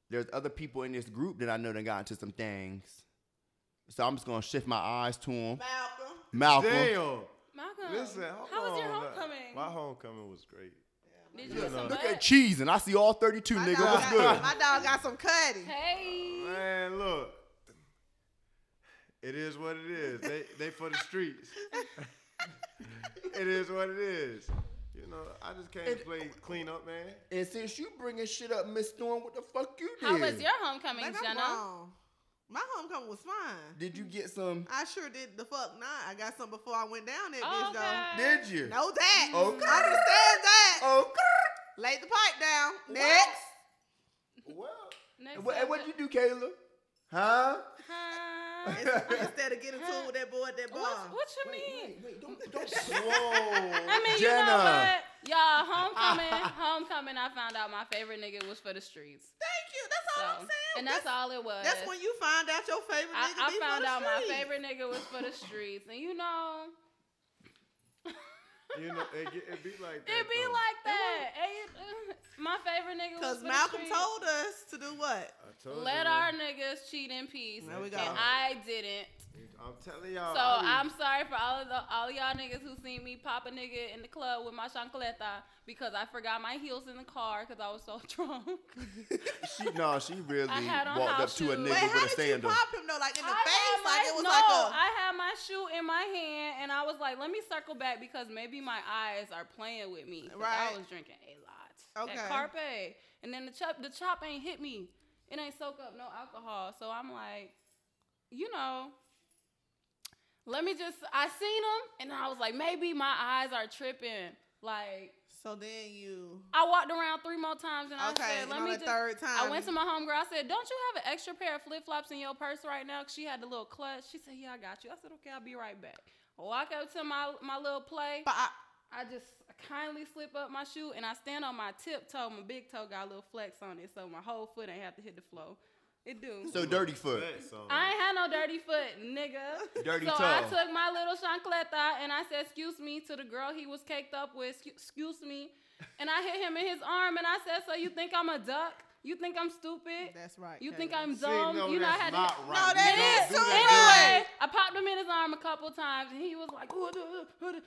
there's other people in this group that I know that got into some things, so I'm just gonna shift my eyes to them.
Malcolm.
Malcolm,
damn.
Malcolm,
Listen,
how was your
hold on.
homecoming?
My homecoming was great.
Did you get some
look
butt?
at cheese, and I see all 32
My
nigga.
dog
What's
got-
good?
My dog got some cutty.
Hey.
Man, look, it is what it is. They they for the streets. it is what it is. You know, I just came to play cleanup, man.
And since you bringing shit up, Miss Storm, what the fuck you did?
How was your homecoming,
Like, I'm
Jenna?
wrong. My homecoming was fine.
Did you get some?
I sure did the fuck not. I got some before I went down there,
Oh,
bitch. Though.
okay.
Did you?
Know that.
Okay.
Understand that.
Oh,
Lay the pipe down. Next.
well.
Next
And what, and what'd
subject.
you do, Kayla? Huh?
Huh?
It's- Instead of getting to it with that boy at that bar.
What, what you mean?
Wait, wait, don't, don't swole.
I mean, you know
Jenna.
what? Y'all, homecoming, homecoming, I found out my favorite nigga was for the streets.
Thank you. That's
So,
all I'm saying.
and that's, all it was.
That's when you find out your favorite
I,
nigga
I
be from
found
the
out my
streets.
favorite nigga was for the streets. And you know,
You know, it, get- it be like that.
it be
though.
like that. And, uh, my favorite nigga
Because
was for
Malcolm
the streets.
told us to do what?
I told
Let
you, man.
our niggas cheat in peace.
There we go.
And I didn't.
I'm telling y'all.
So
I be-
I'm sorry for all of the all of y'all niggas who seen me pop a nigga in the club with my chancleta because I forgot my heels in the car because I was so drunk.
She, no, she really
I had on
walked up
house
to a
shoes.
nigga
Wait, how
with a
did you
sandal.
pop him though? Like in the
I had
face? Like
my-
it was
no,
like a.
I had my shoe in my hand and I was like, let me circle back because maybe my eyes are playing with me. 'cause
Right.
I was drinking a lot.
Okay.
That carpe. And then the chop the chop ain't hit me. It ain't soak up no alcohol. So I'm like, you know, let me just I seen him and I was like, maybe my eyes are tripping. Like
So then you
I walked around three more times and I
okay?
said,
and
"Let
on
me
the
just."
third time,
I
Um,
went to my homegirl. I said, "Don't you have an extra pair of flip flops in your purse right now?" 'Cause she had the little clutch. She said, "Yeah, I got you." I said, "Okay, I'll be right back." I walk up to my my little play.
But I,
I just kindly slip up my shoe and I stand on my tiptoe. My big toe got a little flex on it, so my whole foot ain't have to hit the floor. It do.
So dirty foot.
I ain't had no dirty foot, nigga.
Dirty
so
toe.
I took my little chancleta and I said, "Excuse me" to the girl he was caked up with. "Scu- Excuse me, and I hit him in his arm and I said, "So you think I'm a duck? You think I'm stupid?
that's right.
You
Kayla.
think I'm
See,
dumb?
no,
you know I
that's
had
not
to."
right.
No,
You
that
don't
is
do
too
that.
Anyway, I popped him in his arm a couple times, and he was like, "Ooh, duh, duh, duh,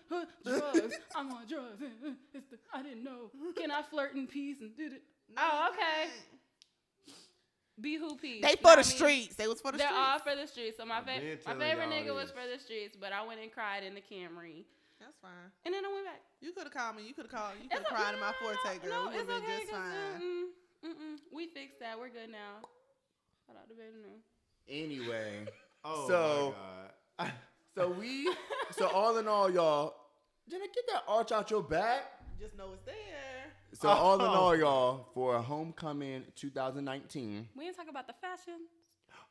duh, "Drugs, I'm on drugs. uh, uh, it's the- I didn't know. Can I flirt in peace?" And did it? Oh, okay. Be who peace.
They
You
for
know what
the
I mean?
streets. They was for the
They're
streets.
all for the streets. So my,
I've been
fa- my
telling
favorite
y'all
nigga was
this.
for the streets, but I went and cried in the Camry,
that's fine.
and then I went back.
You could have called me. You could have called. You could have
It's o-
cried in my
no, no,
forte, girl.
No,
we
it's
would have been
okay.
just
'cause,
fine.
mm, mm, mm, we fixed that. We're good now. Shout out to Baby Nunu.
Anyway,
Oh
So-
my god.
so we, so all in all, y'all, did I get that arch out your back?
Just know it's there.
So all in
Oh.
all, y'all, for homecoming 2019.
We didn't talk about the fashion.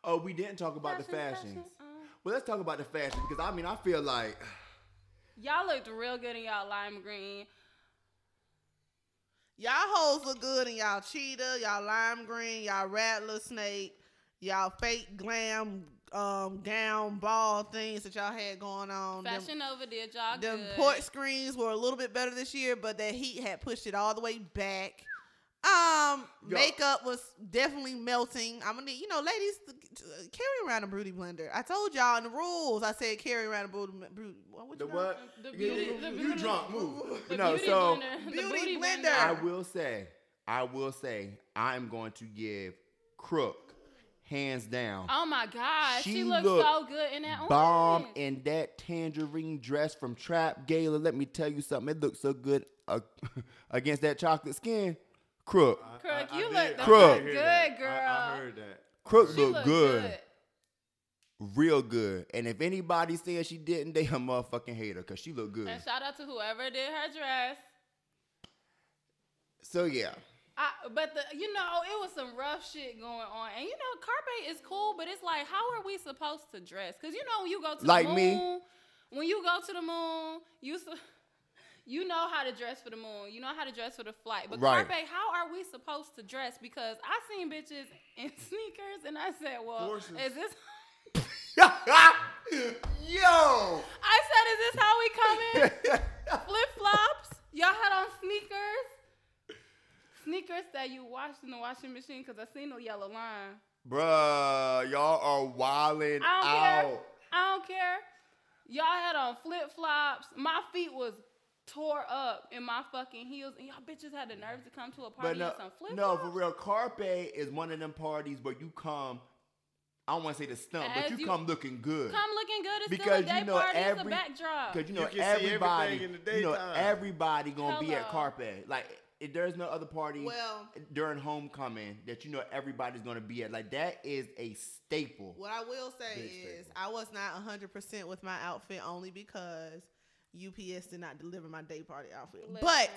Oh, we didn't talk about the fashions.
Um,
Well, let's talk about the fashion because I mean, I feel like
Y'all looked real good in y'all lime green.
Y'all hoes look good in y'all cheetah, y'all lime green, y'all rattler snake, y'all fake glam um gown ball things that y'all had going on. Them-
Fashion Nova did y'all
Them
good.
porch screens were a little bit better this year, but that heat had pushed it all the way back. Um,
Yo.
makeup was definitely melting. I'm gonna, need, you know, ladies, th- t- uh, carry around a beauty blender. I told y'all in the rules. I said carry around a beauty, beauty what, what
the
you call
what?
The
Yeah,
beauty-
you,
the
you
beauty-
drunk, move.
The
no,
beauty
so
blender. the
Beauty
booty
blender.
blender.
I will say, I will say, I'm going to give Crook hands down.
Oh my God, she,
She
looked,
looked
so good in that
Bomb
orange.
in that tangerine dress from Trap Gala. Let me tell you something. It looks so good uh, against that chocolate skin. Crook.
Crook, you
did-
look
did
the
fuck
hear
good,
that.
girl.
I, I heard that.
Crook
She
looked
looked
good. Real good. And if anybody said she didn't, they a motherfucking hater because she looked good.
And shout out to whoever did her dress.
So, yeah.
I, but the you know it was some rough shit going on, and you know carpe is cool, but it's like how are we supposed to dress? Cause you know when you go to
Like
the
me.
moon, when you go to the moon, you su- you know how to dress for the moon, you know how to dress for the flight. But
Right.
carpe, how are we supposed to dress? Because I seen bitches in sneakers, and I said, well,
Forces.
is this?
Yo!
I said, is this how we coming? Flip flops. Y'all had on sneakers. Sneakers that you washed in the washing machine because I seen the yellow line.
Bruh, y'all are wilding
I
out.
don't care. I don't care. Y'all had on flip flops. My feet was tore up in my fucking heels, and y'all bitches had the nerve to come to a party
But no,
in some flip
no,
flops.
for real, Carpe is one of them parties where you come, I don't want to say the stump, but
As
you,
you-
come looking good.
Come looking good. It's
Because
still a day
you know
party. it's a
every-
backdrop.
Because you know
You can see
everybody,
everything in the
you know
daytime.
everybody gonna be at
Hello.
Carpe. Like if there's no other party
Well-
during homecoming that you know everybody's gonna be at. Like that is a staple.
What I will say
Big
is
staple.
I was not 100% with my outfit only because UPS did not deliver my day party outfit. But
Listen.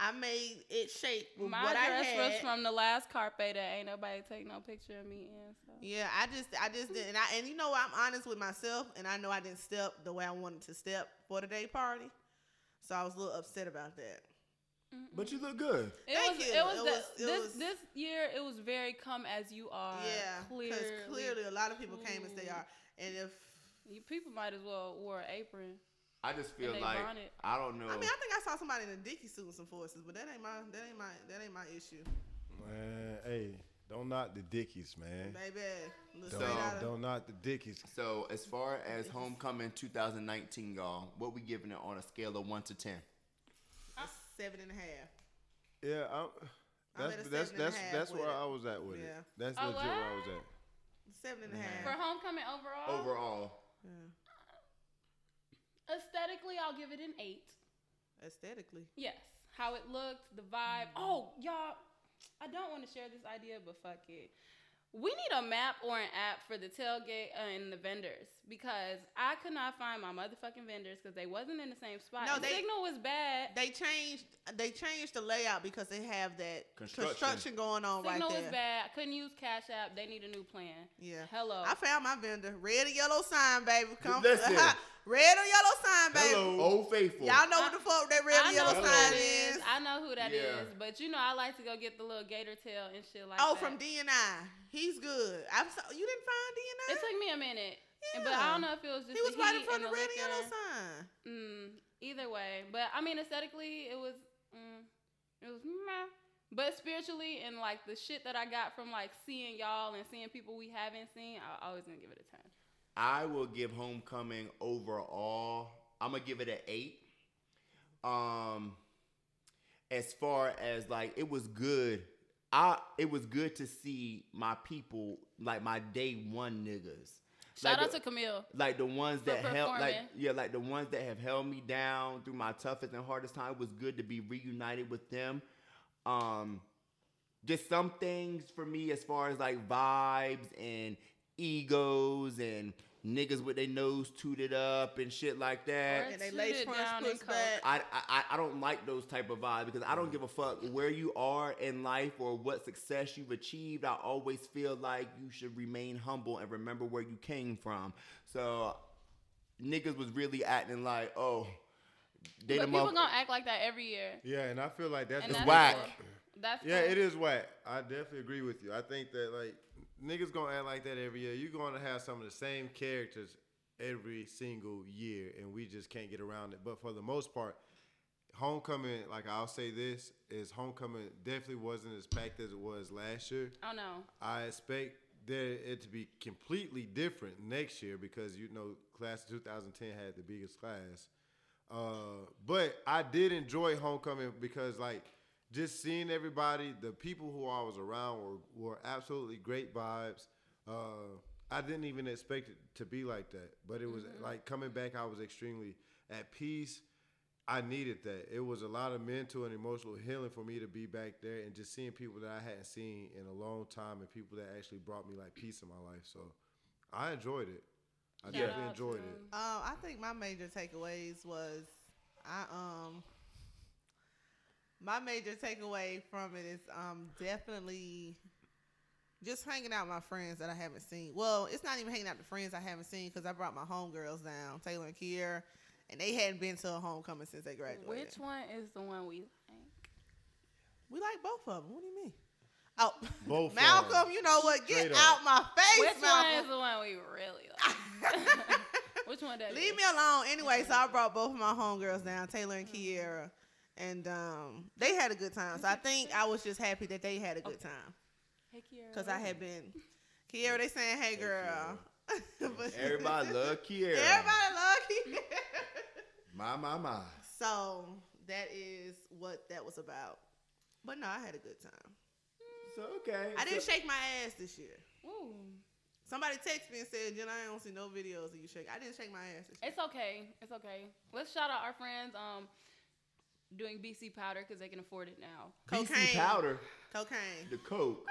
I made it shape with
my
what I
dress
had.
was from the last carpe that ain't nobody take no picture of me in. So.
yeah, I just, I just didn't. And, I, and you know, what? I'm honest with myself, and I know I didn't step the way I wanted to step for the day party, so I was a little upset about that.
But you look good.
It
Thank
was,
you.
It was,
It
the-
was- it
this
was-
this year. It was very come as you are.
yeah,
Uh, clearly. Mm.
clearly a lot of people came as they
cool.
are, and if
You people might as well wore an apron.
I just feel
And they
like
bonnet.
I don't know.
I mean, I think I saw somebody in a dicky suit and some forces, but that ain't my, that ain't my, that ain't my issue,
Man, hey, don't knock the dickies, man.
baby. Let's
Eh. Don't,
stay out of-
don't knock the dickies.
so as far as homecoming 2019, y'all, what we giving it on a scale of one to ten?
Uh,
seven and a half.
Yeah, I'm,
I'm
that's
at a seven and
that's
a
that's
half
that's
with
where
it.
I was at with it.
Yeah.
That's
A
legit where I was
Oh, what?
at.
Seven and a half.
For homecoming overall,
Overall,
Yeah.
aesthetically, I'll give it an eight.
Aesthetically.
Yes, how Mm-hmm. it looked, the vibe. Oh, y'all, I don't want to share this idea, but fuck it. We need a map or an app for the tailgate uh, and the vendors because I could not find my motherfucking vendors because they wasn't in the same spot.
No,
The
they-
signal was bad.
They changed. They changed the layout because they have that
Construction.
construction, going on
signal
right
was
there.
bad. I couldn't use Cash App. They need a new plan.
Yeah.
Hello.
I found my vendor. Red or yellow sign, baby. Come.
Listen.
red or yellow sign, baby.
Hello.
Old Faithful.
Y'all know what the fuck that red
I
or
know
yellow
who
sign
that
is.
is. I know who that is,
Yeah.
But you know, I like to go get the little gator tail and shit like
oh,
that.
from D and I. He's good. I'm so, you didn't find D
It
and I.
took me a minute,
Yeah.
but I don't know if it was just
He was
the
right in
heat
front of
and the
the red
liquor.
and yellow sign.
Mm, either way, but I mean aesthetically, it was mm, it was meh. But spiritually and like the shit that I got from like seeing y'all and seeing people we haven't seen, I always gonna give it a ten.
I will give Homecoming overall. I'm gonna give it an eight. Um, as far as like it was good. I it was good to see my people like my day one niggas.
Shout
Like
out
the-
to Camille.
like the ones
For
that help like
performing.
yeah like the ones that have held me down through my toughest and hardest time it was good to be reunited with them um just some things for me as far as like vibes and egos and niggas with their nose tooted up and shit like that
Or
And they
Suited
lace front
down in
pushed
Coke.
back.
I, I I don't like those type of vibes because I don't give a fuck where you are in life or what success you've achieved. I always feel like you should remain humble and remember where you came from. So niggas was really acting like, oh, they the
But people
mother-
gonna act like that every year.
Yeah, and I feel like that's
And
the
that's
whack.
That's
Yeah,
cool.
it is whack. I definitely agree with you. I think that like niggas gonna act like that every year. You're gonna have some of the same characters every single year, and we just can't get around it. But for the most part, homecoming, like I'll say this, is homecoming definitely wasn't as packed as it was last year.
Oh no.
I expect there it to be completely different next year because you know class of 2010 had the biggest class. Uh, but I did enjoy homecoming because like just seeing everybody, the people who I was around were were absolutely great vibes. Uh, I didn't even expect it to be like that, but it was like coming back. I was extremely at peace. I needed that. It was a lot of mental and emotional healing for me to be back there and just seeing people that I hadn't seen in a long time and people that actually brought me like peace in my life. So I enjoyed it. I
Shout
definitely
out
enjoyed
to-
it.
Um, I think my major takeaways was I um my major takeaway from it is um definitely just hanging out with my friends that I haven't seen. Well, it's not even hanging out with friends I haven't seen because I brought my homegirls down, Taylor and Kier, and they hadn't been to a homecoming since they graduated.
Which one is the one we like?
We like both of them. What do you mean? Oh,
Both of 'em.
Malcolm, you know what? Get
Straight
out
up.
my face,
Which one is
Malcolm.
the one we really like? Which one that
Leave
is?
me alone. Anyway, so I brought both of my homegirls down, Taylor and Kiera, and um, they had a good time. So I think I was just happy that they had a good
Okay.
time
Hey, Kiara,
because I
what is
had been. Kiera, they saying, "Hey, girl." But-
Everybody love Kiera.
Everybody love Kiera.
My my my.
so that is what that was about. But no, I had a good time.
So okay.
I didn't
So-
shake my ass this year.
it? Ooh.
Somebody texted me and said, "Jen, I don't see no videos of you shake." I didn't shake my ass. This year.
It's okay. It's okay. Let's shout out our friends um doing BC powder because they can afford it now.
BC
cocaine.
powder,
Cocaine.
the coke.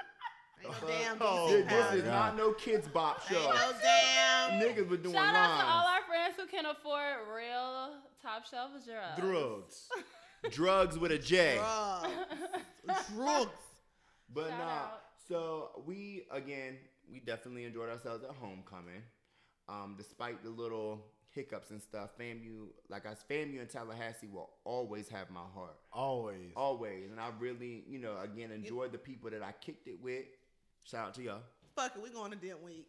Ain't no damn
Oh,
BC
this
powder.
is not no kids bop
Ain't
show.
no damn.
Niggas were doing
shout out to all
lines,
our friends who can afford real top shelf drugs.
Drugs.
drugs with a J.
Drugs. Drugs.
But
Shout
nah.
out.
So we again, we definitely enjoyed ourselves at homecoming, um, despite the little hiccups and stuff. FAMU, like I s- FAMU and Tallahassee will always have my heart,
Always.
Oh, always. And I really, you know, again enjoyed the people that I kicked it with. Shout out to y'all.
Fuck it, we going to Dent Week.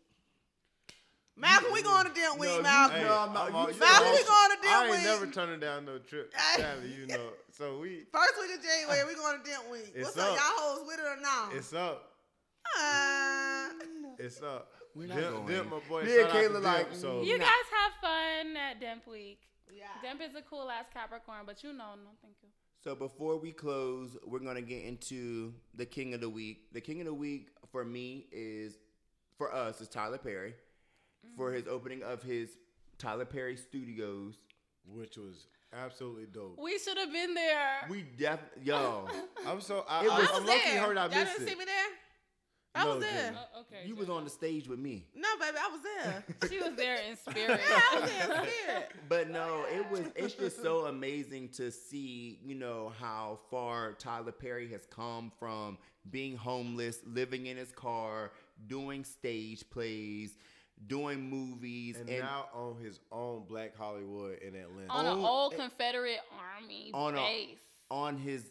Malcolm, we going to Dent Week,
you-
Malcolm.
Hey, No, I'm not-
I'm
you
all-
know,
Malcolm,
I'm-
we going to
I
Dent
ain't
Week.
never turning down no trip, sadly, you know. So we,
First week of January, we going to Dent Week.
It's
What's up?
up.
Y'all hoes with it or not?
it's up.
Uh,
It's up.
We're not
Dimp-
going.
Dimp, my boy.
Me and
shout out to
Kayla like,
Dimp, so
You
Nah.
guys have fun at Demp Week.
yeah.
Demp is a cool ass Capricorn, but you know, no thank you.
So before we close, we're gonna get into the king of the week. The king of the week for me is, for us, is Tyler Perry,
Mm.
for his opening of his Tyler Perry Studios.
which was absolutely dope.
We should have been there.
We def yo.
I'm so I,
It
I,
was-
am lucky heard I
Y'all
missed
didn't see
it.
me there? I
No,
was there.
Jimmy.
Oh, okay.
You was
Jimmy.
on the stage with me.
No, baby, I was there.
She was there in spirit.
yeah, I was there scared.
But no, it was it's just so amazing to see, you know, how far Tyler Perry has come from being homeless, living in his car, doing stage plays, doing movies
And,
and,
now on his own Black Hollywood in Atlanta.
on an
Old-
old Confederate army
Oh. On a-
base.
on his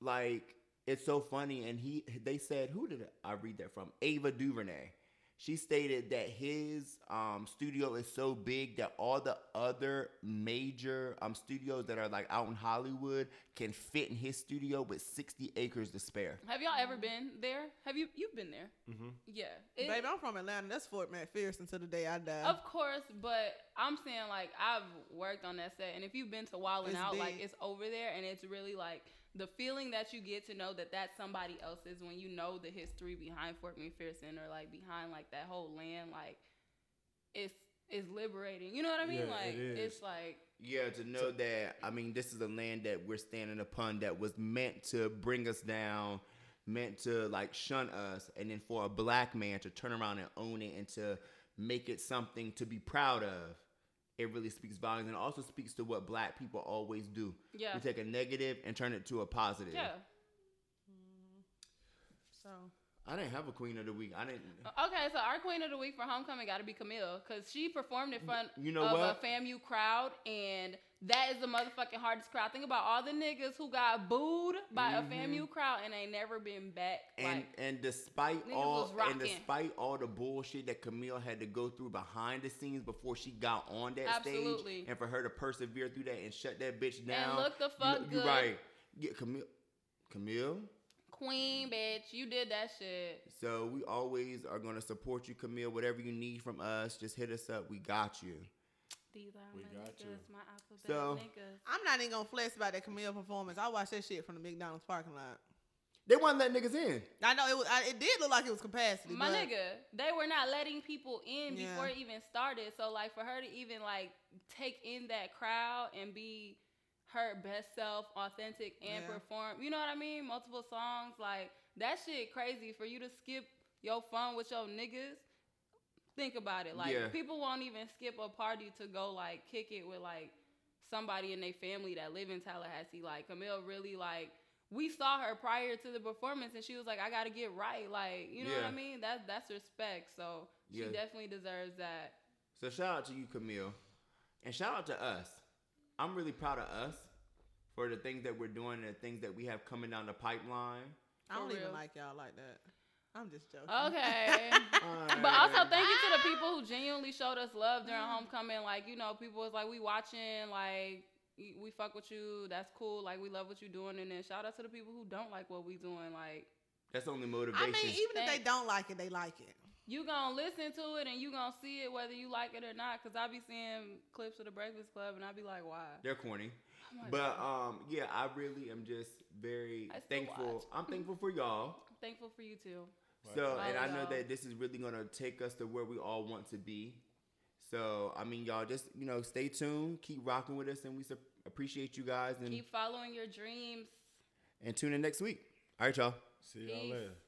like it's so funny and he they said who did I read that from? Ava DuVernay. She stated that his um, studio is so big that all the other major um, studios that are like out in Hollywood can fit in his studio with 60 acres to spare.
Have y'all ever been there? Have you? You've been there?
Mhm.
Yeah. It-
Baby, I'm from Atlanta. That's Fort McPherson to the day I die.
Of course, but I'm saying like I've worked on that set, and if you've been to Wildin'
It's
Out, like
big.
it's over there, and it's really like the feeling that you get to know that that's somebody else's when you know the history behind Fort McPherson or like behind like that whole land, like it's it's liberating. You know what I mean?
Yeah,
like
it is.
it's like
Yeah, to know that, I mean, this is a land that we're standing upon that was meant to bring us down, meant to like shun us, and then for a black man to turn around and own it and to make it something to be proud of, it really speaks volumes and also speaks to what black people always do.
yeah,
We take a negative and turn it to a positive.
yeah.
so
I didn't have a queen of the week. I didn't.
Okay, so our queen of the week for homecoming got to be Camille because she performed in front
You know
of
what?
a FAMU crowd, and that is the motherfucking hardest crowd. Think about all the niggas who got booed by
Mhm.
a FAMU crowd and they never been back.
And
like,
and despite
Niggas
all
was
and
rocking.
despite all the bullshit that Camille had to go through behind the scenes before she got on that stage,
Absolutely.
and for her to persevere through that and shut that bitch down,
and look the
you know-
fuck
you
good,
right? Yeah, Camille, Camille.
queen, bitch. You did that shit.
So we always are gonna support you, Camille. Whatever you need from us, just hit us up. We got you.
These are
We
my
got
niggas,
you.
my alphabet
So-
niggas.
I'm not even gonna flex about that Camille performance. I watched that shit from the McDonald's parking lot.
They want to let niggas in.
I know it was. I, it did look like it was capacity.
My
but
nigga, they were not letting people in
Yeah.
before it even started. So like for her to even like take in that crowd and be her best self, authentic and
Yeah.
perform. You know what I mean? Multiple songs like that shit crazy for you to skip your fun with your niggas. Think about it. Like
Yeah.
people won't even skip a party to go like kick it with like somebody in their family that live in Tallahassee. Like Camille really like we saw her prior to the performance and she was like, I gotta get right. Like, you know what
Yeah.
I mean? That's that's respect. So she
Yeah.
definitely deserves that.
So shout out to you, Camille, and shout out to us. I'm really proud of us for the things that we're doing and the things that we have coming down the pipeline.
I don't
For
even
real.
like y'all like that. I'm just joking.
Okay. but also thank you to the people who genuinely showed us love during homecoming. Like, you know, people was like, We watching, like y- we fuck with you, that's cool, like we love what you doing and then shout out to the people who don't like what we doing, like
That's only
I
motivation.
mean, even if they
Thanks.
don't like it, they like it.
you gonna listen to it and you gonna see it whether you like it or not. Cause I be seeing clips of the Breakfast Club and I be like, why?
They're corny.
Oh my
But
God.
um, yeah, I really am just very
I still
thankful.
watch. Oh,
I'm thankful for y'all.
thankful for you too.
Oh.
So,
Right.
and I know
Wow.
that this is really gonna take us to where we all want to be. So, I mean, y'all just you know stay tuned, keep rocking with us, and we sup- appreciate you guys and
Keep following your dreams.
and tune in next week. All right, y'all.
See y'all
Peace.
later.